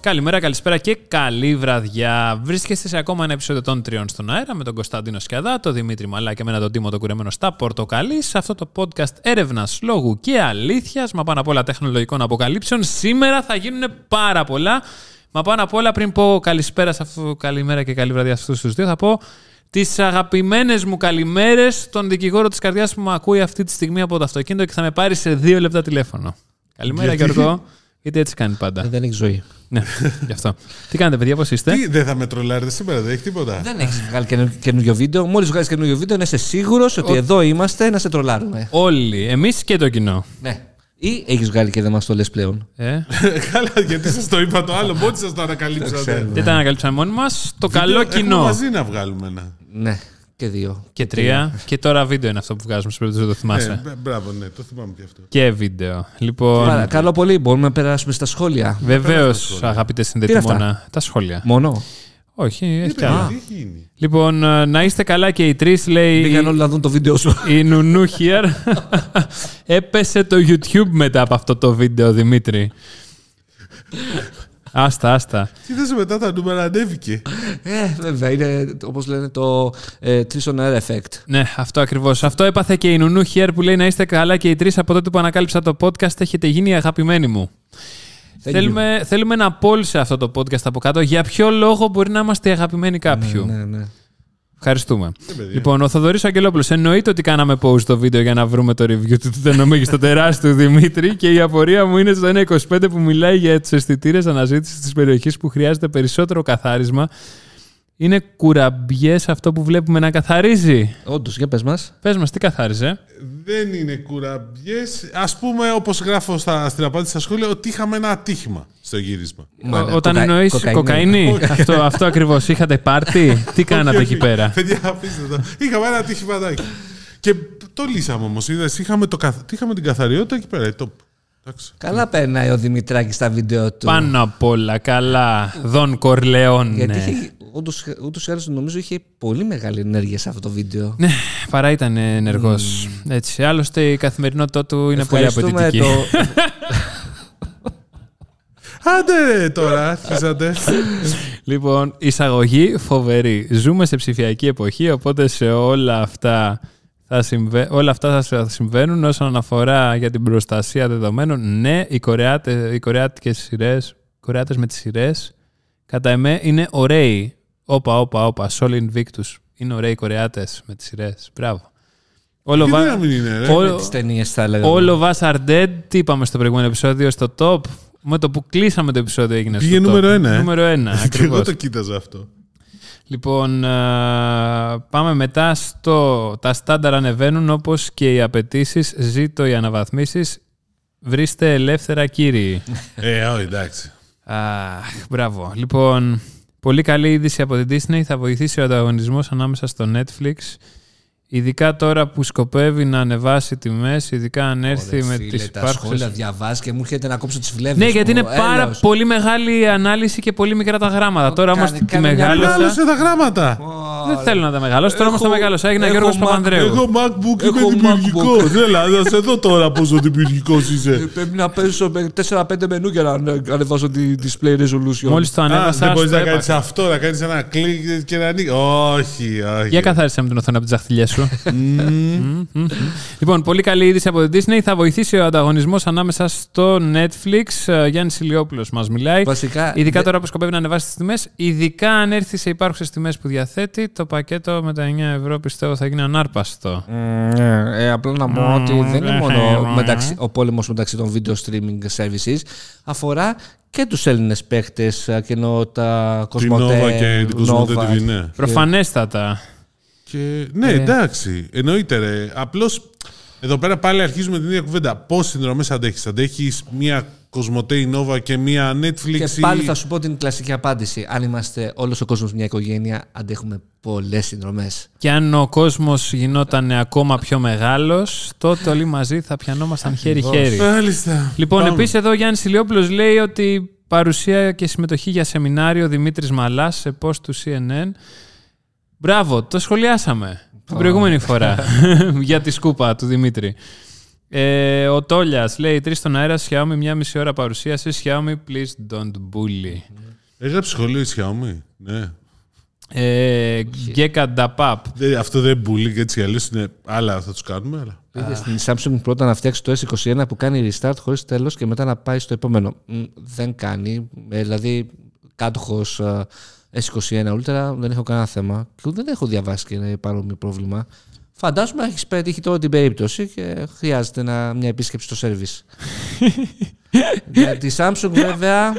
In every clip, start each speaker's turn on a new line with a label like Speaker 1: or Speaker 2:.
Speaker 1: Καλημέρα, καλησπέρα και καλή βραδιά. Βρίσκεστε σε ακόμα ένα επεισόδιο των Τριών στον Αέρα με τον Κωνσταντίνο Σκιαδά, τον Δημήτρη Μαλά και εμένα τον Τίμο τον Κουρεμένο στα Πορτοκαλί. Σε αυτό το podcast έρευνας, λόγου και αλήθειας, μα πάνω απ' όλα τεχνολογικών αποκαλύψεων, σήμερα θα γίνουν πάρα πολλά. Μα πάνω απ' όλα, πριν πω καλησπέρα, σε αυτού, καλημέρα και καλή βραδιά σε αυτούς τους δύο, θα πω τις αγαπημένες μου καλημέρες στον δικηγόρο της καρδιάς που με ακούει αυτή τη στιγμή από το αυτοκίνητο και θα με πάρει σε δύο λεπτά τηλέφωνο. Καλημέρα,
Speaker 2: Γιατί?
Speaker 1: Γιώργο. Γιατί έτσι κάνει πάντα.
Speaker 3: Ε, Δεν έχει ζωή.
Speaker 1: Ναι, γι' αυτό. Τι κάνετε, παιδιά, πώς είστε.
Speaker 2: Τι, δεν θα με τρολάρετε σήμερα, δεν έχει τίποτα.
Speaker 3: Δεν έχεις βγάλει καινου- καινούριο βίντεο. Μόλις βγάλεις καινούριο βίντεο, να είσαι σίγουρος ότι εδώ είμαστε να σε τρολάρουμε.
Speaker 1: Όλοι, εμείς και το κοινό.
Speaker 3: Ναι. Ή έχεις βγάλει και δεν μας το λες πλέον.
Speaker 1: Ε,
Speaker 2: Καλά, γιατί σας το είπα το άλλο, μόνοι σας το ανακαλύψατε. Λοιπόν,
Speaker 1: τι τα ανακαλύψαμε μόνοι μας, το καλό
Speaker 2: Ναι. Έχουμε
Speaker 1: κοινό.
Speaker 2: μαζί να βγάλουμε ένα.
Speaker 3: Ναι. Και δύο.
Speaker 1: Και τρία. και τώρα βίντεο είναι αυτό που βγάζουμε, σε περίπτωση δεν το θυμάσαι.
Speaker 2: Ε, μπ- μπράβο, ναι, το θυμάμαι και αυτό.
Speaker 1: Και βίντεο. Λοιπόν,
Speaker 3: Άρα, καλό πολύ. Μπορούμε να περάσουμε στα σχόλια.
Speaker 1: βεβαίως, αγαπητέ συνδετημόνα, τα σχόλια.
Speaker 3: Μόνο.
Speaker 1: Όχι, έχει κι
Speaker 2: Είπες,
Speaker 1: άλλα.
Speaker 2: Ναι. Ε, Τι έχει γίνει.
Speaker 1: Λοιπόν, ε, να είστε καλά και οι τρεις, λέει.
Speaker 3: Πήγαν
Speaker 1: η-
Speaker 3: όλοι να δουν το βίντεο σου.
Speaker 1: Η Νουνού here. Έπεσε το YouTube μετά από αυτό το βίντεο, Δημήτρη. άστα, άστα.
Speaker 2: Τι θες μετά τα νούμερα ανέβηκε.
Speaker 3: ε, βέβαια. Είναι όπως λένε το ε, Trees on air effect.
Speaker 1: Ναι, αυτό ακριβώς. Αυτό έπαθε και η Νουνού Χιέρ που λέει να είστε καλά και οι τρεις από τότε που ανακάλυψα το podcast έχετε γίνει αγαπημένοι μου.
Speaker 3: Thank you.
Speaker 1: Θέλουμε, θέλουμε να πόλει σε αυτό το podcast από κάτω. Για ποιο λόγο μπορεί να είμαστε αγαπημένοι κάποιου.
Speaker 3: Ναι, Ε, ναι.
Speaker 1: Ευχαριστούμε.
Speaker 2: παιδιά.
Speaker 1: λοιπόν, ο Θοδωρής Αγγελόπουλος. Εννοείται ότι κάναμε pause στο βίντεο για να βρούμε το review του Τενομίγη στο τεράστιο Δημήτρη και η απορία μου είναι στο 1.25 που μιλάει για του αισθητήρες αναζήτησης της περιοχής που χρειάζεται περισσότερο καθάρισμα. Είναι κουραμπιές αυτό που βλέπουμε να καθαρίζει.
Speaker 3: Όντως, για πες μας.
Speaker 1: Πες μας, τι καθάριζε.
Speaker 2: Δεν είναι κουραμπιές. Ας πούμε, όπως γράφω στα, στην απάντηση στα σχόλια, ότι είχαμε ένα ατύχημα στο γύρισμα.
Speaker 3: ναι,
Speaker 1: Ό- όταν εννοείς κοκαίνη, αυτό, αυτό ακριβώς. Είχατε πάρτι, τι κάνατε
Speaker 2: Όχι,
Speaker 1: εκεί
Speaker 2: όχι.
Speaker 1: πέρα.
Speaker 2: Παιδιά, αφήστε το. Είχαμε ένα ατύχηματάκι. και το λύσαμε όμως. Είχαμε, το καθ- είχαμε την καθαριότητα εκεί πέρα. ε, Το... Εντάξει.
Speaker 3: Καλά περνάει ο Δημητράκης στα βίντεο του.
Speaker 1: Πάνω απ' όλα, καλά. Δον Κορλεόν.
Speaker 3: Γιατί είχε, όντως, ούτως ή άλλως νομίζω είχε πολύ μεγάλη ενέργεια σε αυτό το βίντεο.
Speaker 1: Ναι, παρά ήταν ενεργός. Έτσι. Άλλωστε η καθημερινότητά του είναι πολύ
Speaker 3: Ευχαριστούμε
Speaker 1: απαιτητική.
Speaker 3: το-
Speaker 2: Άντε ρε, τώρα, αρχίσατε.
Speaker 1: Λοιπόν, εισαγωγή φοβερή. Ζούμε σε ψηφιακή εποχή, οπότε σε όλα αυτά θα, συμβα... όλα αυτά θα συμβαίνουν όσον αφορά για την προστασία δεδομένων. Ναι, οι, κορεάτε... οι κορεάτικες σειρές, οι κορεάτες με τις σειρές, κατά εμέ είναι ωραίοι. Όπα, όπα, όπα, Sol Invictus. Είναι ωραίοι οι κορεάτες με τις σειρές. Μπράβο. Όλο
Speaker 2: Τι
Speaker 1: βα-
Speaker 2: να μην είναι, ρε.
Speaker 1: όλο-
Speaker 3: τις ταινίες θα έλεγα.
Speaker 1: All of us are dead. Τι είπαμε στο προηγούμενο επεισόδιο, στο top. Με το που κλείσαμε το επεισόδιο έγινε
Speaker 2: Πήγε
Speaker 1: στο
Speaker 2: νούμερο
Speaker 1: top.
Speaker 2: ένα, ε.
Speaker 1: Νούμερο ένα,
Speaker 2: Και εγώ
Speaker 1: ακριβώς.
Speaker 2: το κοίταζα αυτό.
Speaker 1: Λοιπόν, α, πάμε μετά στο τα στάνταρ ανεβαίνουν όπως και οι απαιτήσεις. Ζήτω οι αναβαθμίσεις. Βρίστε ελεύθερα κύριοι.
Speaker 2: Ε, ό, εντάξει.
Speaker 1: Αχ, μπράβο. Λοιπόν, πολύ καλή είδηση από την Disney. Θα βοηθήσει ο ανταγωνισμός ανάμεσα στο Netflix. Ειδικά τώρα που σκοπεύει να ανεβάσει τιμές, ειδικά αν έρθει
Speaker 3: Ρε
Speaker 1: με
Speaker 3: φίλε,
Speaker 1: τις
Speaker 3: τα σχόλια
Speaker 1: υπάρχουσες
Speaker 3: διαβάζει και μου έρχεται να κόψω τις φλέβες
Speaker 1: Ναι,
Speaker 3: μου.
Speaker 1: γιατί είναι πάρα
Speaker 3: Έλεος.
Speaker 1: πολύ μεγάλη η ανάλυση και πολύ μικρά τα γράμματα. Τώρα όμως
Speaker 3: κάνε-
Speaker 1: τη
Speaker 3: κάνε μια
Speaker 1: μεγάλωσα.
Speaker 2: Μεγάλωσε τα γράμματα.
Speaker 1: Δεν θέλω να τα μεγαλώσω, τώρα όμως τα
Speaker 3: Έχω-
Speaker 1: μεγάλωσα. Έγινα
Speaker 3: έχω
Speaker 1: Γιώργος
Speaker 3: Mac-
Speaker 1: Παπανδρέου.
Speaker 2: Εγώ MacBook είμαι
Speaker 3: Έχω
Speaker 2: δημιουργικός. Έλα, να σε δω τώρα πόσο δημιουργικός
Speaker 3: Ε,
Speaker 2: είσαι.
Speaker 3: Πρέπει να παίζω με 4-5 μενού για να ανεβάσω τη display resolution.
Speaker 1: Μόλις το
Speaker 2: Α,
Speaker 1: ανέβασα.
Speaker 2: δεν μπορεί
Speaker 1: στο
Speaker 2: να
Speaker 1: έπα-
Speaker 2: κάνει αυτό, να κάνεις ένα κλικ και να ανοίξει. Όχι,
Speaker 1: Για
Speaker 2: όχι.
Speaker 1: καθάρισε με την οθόνη από τις δαχτυλιές σου. Μμμ, μμμ. λοιπόν, πολύ καλή είδηση από την Disney. Θα βοηθήσει ο ανταγωνισμός ανάμεσα στο Netflix. Ε, Γιάννη Ηλιόπουλο μας μιλάει.
Speaker 3: Βασικά,
Speaker 1: Ειδικά
Speaker 3: δε-
Speaker 1: τώρα που σκοπεύει να ανεβάσει τις τιμές, ειδικά αν έρθει σε υπάρχουσες τιμές που διαθέτει, το πακέτο με τα 9 ευρώ πιστεύω θα γίνει ανάρπαστο.
Speaker 3: Ναι, ε, απλά να πω ότι δεν είναι
Speaker 1: δεν
Speaker 3: μόνο
Speaker 1: θέλω, ε.
Speaker 3: μεταξύ, ο πόλεμος μεταξύ των video streaming services, αφορά και τους Έλληνες παίχτες, ε, και ενώ τα
Speaker 2: Την
Speaker 3: Κοσμοτέ,
Speaker 2: Nova και την Κοσμοτέ
Speaker 3: Nova.
Speaker 2: TV, ναι.
Speaker 1: Προφανέστατα.
Speaker 2: Και, ναι, εντάξει. Εννοείται, ρε. Απλώς εδώ πέρα πάλι αρχίζουμε την ίδια κουβέντα. Πόσες συνδρομές αντέχεις, Αντέχεις μία Κοσμοτέ η Nova και μία Netflix.
Speaker 3: Και
Speaker 2: ή-
Speaker 3: πάλι θα σου πω την κλασική απάντηση. Αν είμαστε όλος ο κόσμος μια οικογένεια, αντέχουμε πολλές συνδρομές.
Speaker 1: Και αν ο κόσμος γινόταν ακόμα πιο μεγάλος, τότε όλοι μαζί θα πιανόμασταν χέρι-χέρι.
Speaker 2: Μάλιστα.
Speaker 1: λοιπόν,
Speaker 2: Πάμε.
Speaker 1: επίσης εδώ ο Γιάννης Ηλιόπουλος λέει ότι παρουσία και συμμετοχή για σεμινάριο Δημήτρης Μαλάς σε post του CNN. Μπράβο, το σχολιάσαμε την προηγούμενη φορά για τη σκούπα του Δημήτρη. Ε, ο Τόλιας λέει: Τρεις στον αέρα, Xiaomi, μία μισή ώρα παρουσίαση. Xiaomi, please don't bully.
Speaker 2: Έγραψε σχολείο η Xiaomi. Ναι.
Speaker 1: Ε, Γκέκα Νταπάπ.
Speaker 2: Δεν- Αυτό δεν μπουλεί και έτσι κι αλλιώς είναι άλλα θα τους κάνουμε. Αλλά...
Speaker 3: Πήγε στην Samsung πρώτα να φτιάξει το S21 που κάνει restart χωρίς τέλος και μετά να πάει στο επόμενο. Μ, Δεν κάνει. Ε, δηλαδή, κάτοχος ε, S21 Ultra δεν έχω κανένα θέμα. Και δεν έχω διαβάσει και ένα παρόμοιο πρόβλημα. Φαντάζομαι να έχεις πετύχει τώρα την περίπτωση και χρειάζεται να, μια επίσκεψη στο service. Για τη Samsung βέβαια.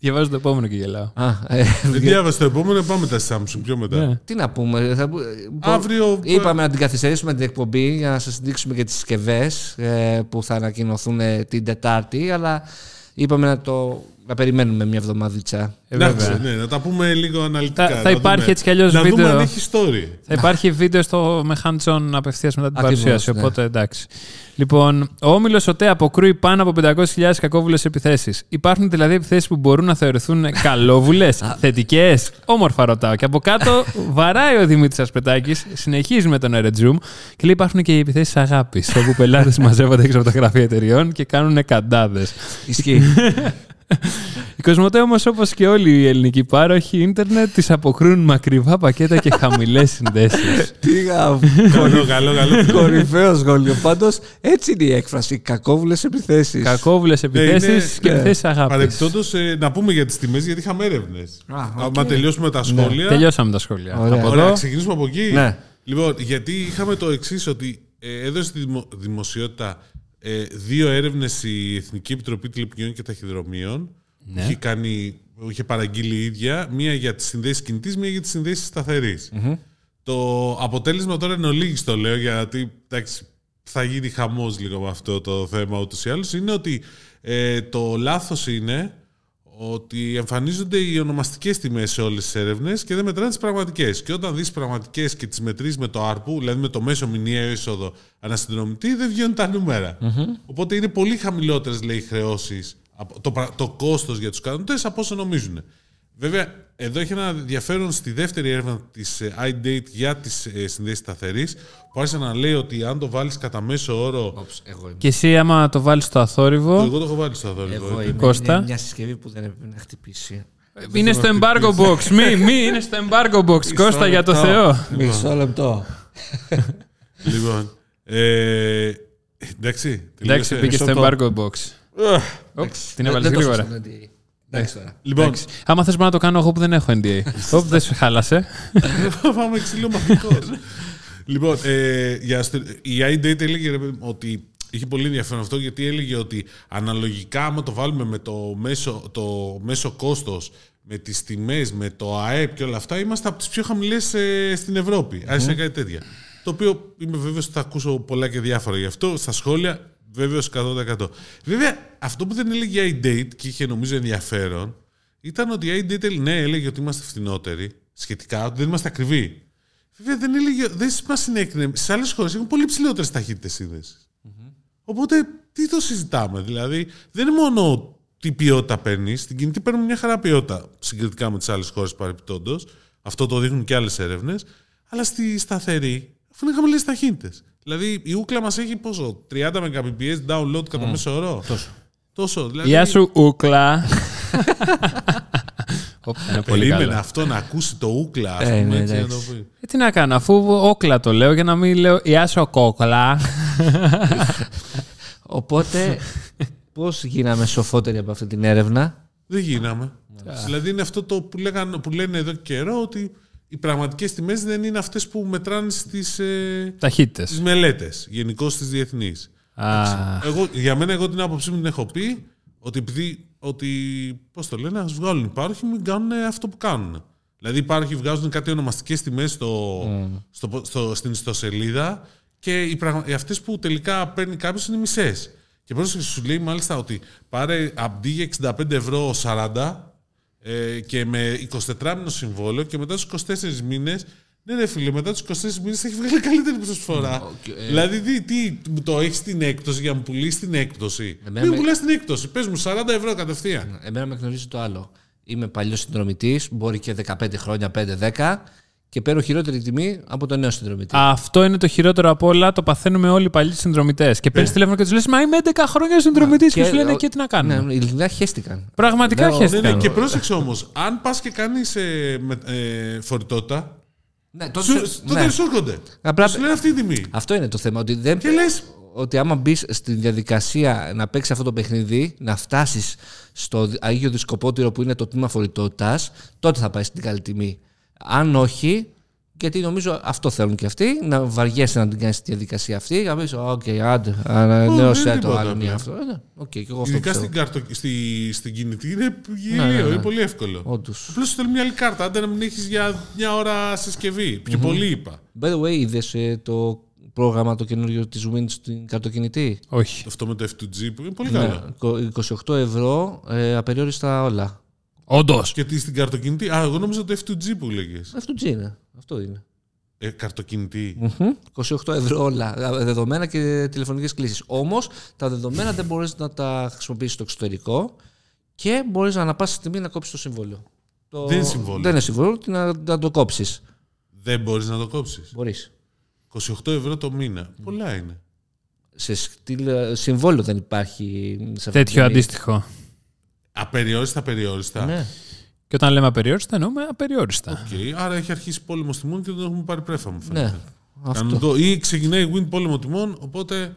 Speaker 1: Διαβάζω το επόμενο και γελάω.
Speaker 3: Α, ε,
Speaker 2: Δεν διάβασε το επόμενο, πάμε τα Samsung πιο μετά.
Speaker 1: Ναι.
Speaker 3: τι να πούμε. Θα... ε, μπο-
Speaker 2: Αύριο-
Speaker 4: ε,
Speaker 3: Είπαμε να την καθυστερήσουμε την εκπομπή για να σας δείξουμε και τις συσκευές που θα ανακοινωθούν ε, την Τετάρτη. Αλλά είπαμε να το να περιμένουμε μια εβδομαδίτσα.
Speaker 1: Ε,
Speaker 2: Εντάξει,
Speaker 1: βέβαια.
Speaker 2: ναι, να τα πούμε λίγο αναλυτικά.
Speaker 1: Θα- θα
Speaker 2: να
Speaker 1: υπάρχει
Speaker 2: δούμε-
Speaker 1: έτσι κι αλλιώς
Speaker 2: Να δούμε
Speaker 1: βίντεο.
Speaker 2: αν έχει story.
Speaker 1: Θα υπάρχει βίντεο στο με hands-on απευθείας μετά την
Speaker 3: Ακριβώς,
Speaker 1: παρουσίαση.
Speaker 3: ναι.
Speaker 1: Οπότε εντάξει. Λοιπόν, ο όμιλος ΟΤΕ αποκρούει πάνω από 500.000 κακόβουλες επιθέσεις. Υπάρχουν δηλαδή επιθέσεις που μπορούν να θεωρηθούν καλόβουλες, θετικές. Όμορφα ρωτάω. Και από κάτω βαράει ο Δημήτρης Ασπετάκης, συνεχίζει με τον Ερετζούμ και λέει υπάρχουν και οι επιθέσεις αγάπης, όπου πελάτες μαζεύονται έξω από τα γραφεία εταιριών και κάνουν καντάδες.
Speaker 3: Ισχύει.
Speaker 1: Η Κοσμοτέ όμως, όπως και όλοι οι ελληνικοί πάροχοι ίντερνετ, τις αποκρούν με ακριβά πακέτα και χαμηλές συνδέσεις.
Speaker 4: Τι
Speaker 2: καλό, καλό, καλό.
Speaker 4: Κορυφαίος σχόλιο. Πάντως έτσι είναι η έκφραση. Κακόβουλες επιθέσεις.
Speaker 1: Κακόβουλες επιθέσει και
Speaker 2: Ε, είναι- ναι.
Speaker 1: επιθέσει αγάπη.
Speaker 2: Παρεπιπτόντω, ε, να πούμε για τις τιμές, γιατί είχαμε έρευνες. Άμα τελειώσουμε τα σχόλια.
Speaker 1: Ναι. Τελειώσαμε τα σχόλια.
Speaker 3: Ωραία.
Speaker 1: Από
Speaker 2: Ωραία,
Speaker 1: εδώ.
Speaker 2: ξεκινήσουμε από εκεί.
Speaker 3: Ναι.
Speaker 2: Λοιπόν, γιατί είχαμε το εξής, ότι ε, έδωσε τη δημο- δημοσιότητα ε, δύο έρευνες η Εθνική Επιτροπή Τηλεπικοινωνιών και Ταχυδρομείων.
Speaker 1: Ναι.
Speaker 2: που Είχε, κάνει, που είχε παραγγείλει η ίδια, μία για τις συνδέσεις κινητής, μία για τις συνδέσεις
Speaker 1: Ναι.
Speaker 2: Το αποτέλεσμα τώρα εν ολίγης το λέω, γιατί εντάξει, θα γίνει χαμός λίγο με αυτό το θέμα ούτως ή άλλως, είναι ότι ε, το λάθος είναι ότι εμφανίζονται οι ονομαστικές τιμές σε όλες τις έρευνες και δεν μετράνε τις πραγματικές. Και όταν δεις τις πραγματικές και τις μετρείς με το ARPU, δηλαδή με το μέσο μηνιαίο είσοδο ανασυνδρομητή, δεν βγαίνουν τα νούμερα. Οπότε είναι πολύ χαμηλότερες, λέει, οι χρεώσεις, από- το, πρα- το κόστος για τους καταναλωτές από όσο νομίζουν. Βέβαια, εδώ έχει ένα ενδιαφέρον στη δεύτερη έρευνα της iDate για τις συνδέσεις σταθερής, που άρχισε να λέει ότι αν το βάλεις κατά μέσο όρο.
Speaker 3: Εγώ είμαι.
Speaker 1: Και εσύ, άμα το βάλεις στο αθόρυβο,
Speaker 2: Εγώ το έχω βάλει στο δόλιο.
Speaker 3: Εγώ είμαι.
Speaker 1: Κώστα.
Speaker 3: Είναι μια συσκευή που δεν έπρεπε να χτυπήσει.
Speaker 1: είναι στο embargo box. Μη, μη, είναι στο embargo box. Κώστα, για το Θεό.
Speaker 4: Μισό λεπτό.
Speaker 2: Λοιπόν. Ε, εντάξει. τελείωσε.
Speaker 1: Εντάξει, πήγε στο embargo box. Οπ, Την
Speaker 3: Ε,
Speaker 1: έβαλε Ναι, γρήγορα.
Speaker 3: Εντάξει τώρα.
Speaker 2: Λοιπόν,
Speaker 1: Εντάξει. Άμα θες να το κάνω εγώ που δεν έχω NDA. Οπ, δεν σου χάλασε.
Speaker 2: Πάμε ξύλο μαγικός. λοιπόν, ε, για, αστρο- η iDate έλεγε ρε παιδί μου, ότι είχε πολύ ενδιαφέρον αυτό γιατί έλεγε ότι αναλογικά άμα το βάλουμε με το μέσο, το μέσο κόστος με τις τιμές, με το ΑΕΠ και όλα αυτά είμαστε από τις πιο χαμηλές ε, στην Ευρώπη. Άρχισε κάτι τέτοια. Το οποίο είμαι βέβαιος ότι θα ακούσω πολλά και διάφορα γι' αυτό στα σχόλια Βέβαιο 100%. Βέβαια, αυτό που δεν έλεγε η iDate και είχε νομίζω ενδιαφέρον ήταν ότι η iDate ναι, έλεγε ότι είμαστε φθηνότεροι σχετικά, ότι δεν είμαστε ακριβοί. Βέβαια, δεν, έλεγε, δεν μας συνέκρινε. Σε άλλες χώρες έχουν πολύ ψηλότερες ταχύτητες Οπότε, τι το συζητάμε, δηλαδή, δεν είναι μόνο τι ποιότητα παίρνεις. Στην κινητή παίρνουμε μια χαρά ποιότητα συγκριτικά με τις άλλες χώρες παρεπιπτόντω. Αυτό το δείχνουν και άλλες έρευνες. Αλλά στη σταθερή, αφού είναι χαμηλές ταχύτητες. Δηλαδή, η ούκλα μας έχει πόσο, 30 Mbps download κατά μέσο όρο. Τόσο. Τόσο. Δηλαδή,
Speaker 1: Γεια σου, Ούκλα. Οπ, είναι πολύ
Speaker 2: Περίμενα
Speaker 1: καλό.
Speaker 2: αυτό να ακούσει το ούκλα, ας
Speaker 3: Ε,
Speaker 2: πούμε,
Speaker 3: ναι,
Speaker 2: έτσι, να το
Speaker 3: εντάξει.
Speaker 2: πει.
Speaker 1: Ε, Τι να κάνω, αφού όκλα το λέω για να μην λέω Γεια σου, Κόκλα.
Speaker 3: Οπότε, πώς γίναμε σοφότεροι από αυτή την έρευνα.
Speaker 2: Δεν γίναμε. Δηλαδή είναι αυτό το που, λέγαν, που λένε εδώ και καιρό ότι οι πραγματικές τιμές δεν είναι αυτές που μετράνε στις, ε,
Speaker 1: Ταχύτητες.
Speaker 2: στις μελέτες, γενικώ στις διεθνείς. Εγώ, για μένα εγώ την άποψή μου την έχω πει ότι επειδή, ότι, πώς το λένε, ας βγάλουν οι πάροχοι, μην κάνουν αυτό που κάνουν. Δηλαδή οι πάροχοι βγάζουν κάτι ονομαστικές τιμές στο, στο, στο, στην ιστοσελίδα και οι, πραγμα- οι αυτές που τελικά παίρνει κάποιος είναι μισές. Και πρόσεξε σου λέει μάλιστα ότι πάρε αντί για 65 ευρώ 40 ε, και με 24 μήνο συμβόλαιο και μετά του 24 μήνες. Ναι, ρε φίλε, μετά τους 24 μήνες έχει βγάλει καλύτερη προσφορά.
Speaker 3: ε.
Speaker 2: δηλαδή, τι, τι, μου το έχεις την έκπτωση για να μου πουλήσεις την έκπτωση.
Speaker 3: Εμένα
Speaker 2: Μην
Speaker 3: Ε, ναι, με- Ναι.
Speaker 2: πουλάς την έκπτωση. Πες μου 40 ευρώ κατευθείαν.
Speaker 3: Εμένα με γνωρίζει το άλλο. Είμαι παλιός συνδρομητής, μπορεί και 15 χρόνια, 5-10, και παίρνω χειρότερη τιμή από τον νέο συνδρομητή.
Speaker 1: Αυτό είναι το χειρότερο από όλα. Το παθαίνουμε όλοι οι παλιοί συνδρομητές. Και παίρνεις τηλέφωνο και τους λες: Μα είμαι 11 χρόνια συνδρομητής και, σου λένε και τι να κάνουμε.
Speaker 3: Ναι, ειλικρινά χαίστηκαν.
Speaker 1: Πραγματικά
Speaker 3: Ναι,
Speaker 2: Ναι,
Speaker 1: χαίστηκαν.
Speaker 2: ναι, και πρόσεξε όμως. Αν πας και κάνεις ε, με- ε, φορητότητα,
Speaker 3: Ναι, τότε-
Speaker 2: σου- τότε
Speaker 3: ναι.
Speaker 2: σου έρχονται.
Speaker 3: Απλά-
Speaker 2: Σου λένε αυτή η τιμή.
Speaker 3: Αυτό είναι το θέμα. Ότι, δεν...
Speaker 2: Και λες,
Speaker 3: ότι άμα μπεις στη διαδικασία να παίξεις αυτό το παιχνίδι, να φτάσεις στο Αγίο Δισκοπότηρο που είναι το τμήμα φορητότητας, τότε θα πάει στην καλή τιμή. Αν όχι, γιατί νομίζω αυτό θέλουν και αυτοί, να βαριέσαι να την κάνεις τη διαδικασία αυτή. Να πεις, Οκ, άντε,
Speaker 2: δεν
Speaker 3: ανανέωσε
Speaker 2: είναι
Speaker 3: το
Speaker 2: τίποτα
Speaker 3: άλλο μία
Speaker 2: απλά.
Speaker 3: αυτό. Ε, ναι, Οκ, και εγώ αυτό
Speaker 2: ειδικά
Speaker 3: πιστεύω.
Speaker 2: στην, καρτο... στη... στην κινητή είναι γελίο,
Speaker 3: Ναι, ναι, ναι.
Speaker 2: είναι πολύ εύκολο.
Speaker 3: Όντως.
Speaker 2: Απλώς σου στέλνει μια άλλη κάρτα, άντε να μην έχεις για μια ώρα συσκευή. Πιο πολύ είπα.
Speaker 3: By the way, είδες το πρόγραμμα το καινούριο της Win στην καρτοκινητή.
Speaker 1: Όχι.
Speaker 2: Αυτό με το F2G που είναι πολύ
Speaker 3: Ναι,
Speaker 2: καλό.
Speaker 3: 28 ευρώ, ε, απεριόριστα όλα.
Speaker 1: Όντως.
Speaker 2: Και τι στην καρτοκινητή. Α, εγώ νόμιζα το F2G που λέγες.
Speaker 3: Αυτό είναι. Αυτό είναι.
Speaker 2: Ε, καρτοκινητή.
Speaker 3: 28 ευρώ όλα, δεδομένα και τηλεφωνικές κλήσεις. Όμως, τα δεδομένα δεν μπορείς να τα χρησιμοποιήσεις στο εξωτερικό και μπορείς να αναπάσει στη τιμή να κόψεις το συμβόλαιο. Το...
Speaker 2: Δεν είναι συμβόλαιο.
Speaker 3: Δεν είναι συμβόλαιο, τι να, να το κόψεις.
Speaker 2: Δεν μπορείς να το κόψεις.
Speaker 3: Μπορείς.
Speaker 2: 28 ευρώ το μήνα. Πολλά είναι.
Speaker 3: Σε στυλ, ε, συμβόλαιο δεν υπάρχει σε αυτή τη
Speaker 1: Τέτοιο
Speaker 3: τιμή.
Speaker 1: αντίστοιχο.
Speaker 2: Απεριόριστα, απεριόριστα.
Speaker 3: Ναι.
Speaker 1: Και όταν λέμε απεριόριστα, εννοούμε απεριόριστα.
Speaker 2: Οκ, άρα έχει αρχίσει πόλεμο τιμών και δεν έχουμε πάρει πρέφα, μου φαίνεται.
Speaker 3: ναι. Αυτό.
Speaker 2: Κανονικό. Ή ξεκινάει win πόλεμο τιμών, οπότε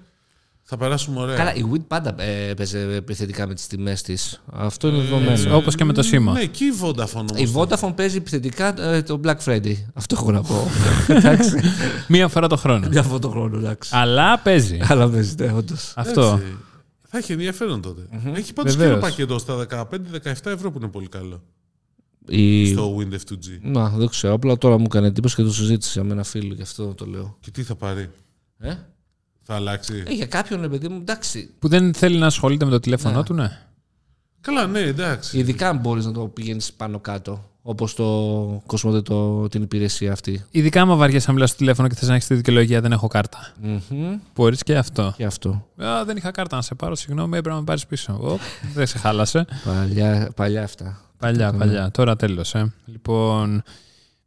Speaker 2: θα περάσουμε ωραία.
Speaker 3: Καλά, η WIT πάντα ε, έπαιζε επιθετικά με τις τιμές της. Αυτό
Speaker 2: Ε,
Speaker 3: είναι
Speaker 1: Έτσι,
Speaker 3: δεδομένο.
Speaker 1: Όπως και με το σήμα.
Speaker 2: Ναι, και η Vodafone όμως.
Speaker 3: Η Vodafone παίζει επιθετικά ε, το Black Friday. Αυτό έχω να πω. Εντάξει.
Speaker 1: Μία φορά το χρόνο.
Speaker 3: Για αυτό το χρόνο, εντάξει.
Speaker 1: Αλλά παίζει.
Speaker 3: Αλλά παίζει, ναι, όντως.
Speaker 1: Αυτό.
Speaker 2: Έτσι. Θα έχει ενδιαφέρον τότε. Έχει πάντως και
Speaker 1: Βεβαίως.
Speaker 2: ένα πακέτο στα 15-17 ευρώ που είναι πολύ καλό.
Speaker 3: Η-
Speaker 2: Στο Wind F2G.
Speaker 3: Να, δεν ξέρω. Απλά τώρα μου έκανε εντύπωση και το συζήτησα με ένα φίλο γι' αυτό το λέω.
Speaker 2: Και τι θα πάρει.
Speaker 3: Ε?
Speaker 2: Θα αλλάξει.
Speaker 3: Ε, για κάποιον, ρε παιδί μου, εντάξει.
Speaker 1: Που δεν θέλει να ασχολείται με το τηλέφωνό του, ναι.
Speaker 2: Καλά, ναι, εντάξει.
Speaker 3: Ειδικά αν μπορείς να το πηγαίνεις πάνω κάτω. Όπως το Κοσμοτέ το, την υπηρεσία αυτή.
Speaker 1: Ειδικά άμα βαριέσαι να μιλάς στο τηλέφωνο και θες να έχεις τη δικαιολογία, δεν έχω κάρτα.
Speaker 3: Μμμ.
Speaker 1: Μπορείς και αυτό.
Speaker 3: Και αυτό.
Speaker 1: Α, δεν είχα κάρτα να σε πάρω, συγγνώμη, έπρεπε να με πάρεις πίσω. Οπ, δεν σε χάλασε.
Speaker 3: Παλιά, παλιά αυτά.
Speaker 1: Παλιά, παλιά. Τώρα τέλος. Ε. Λοιπόν,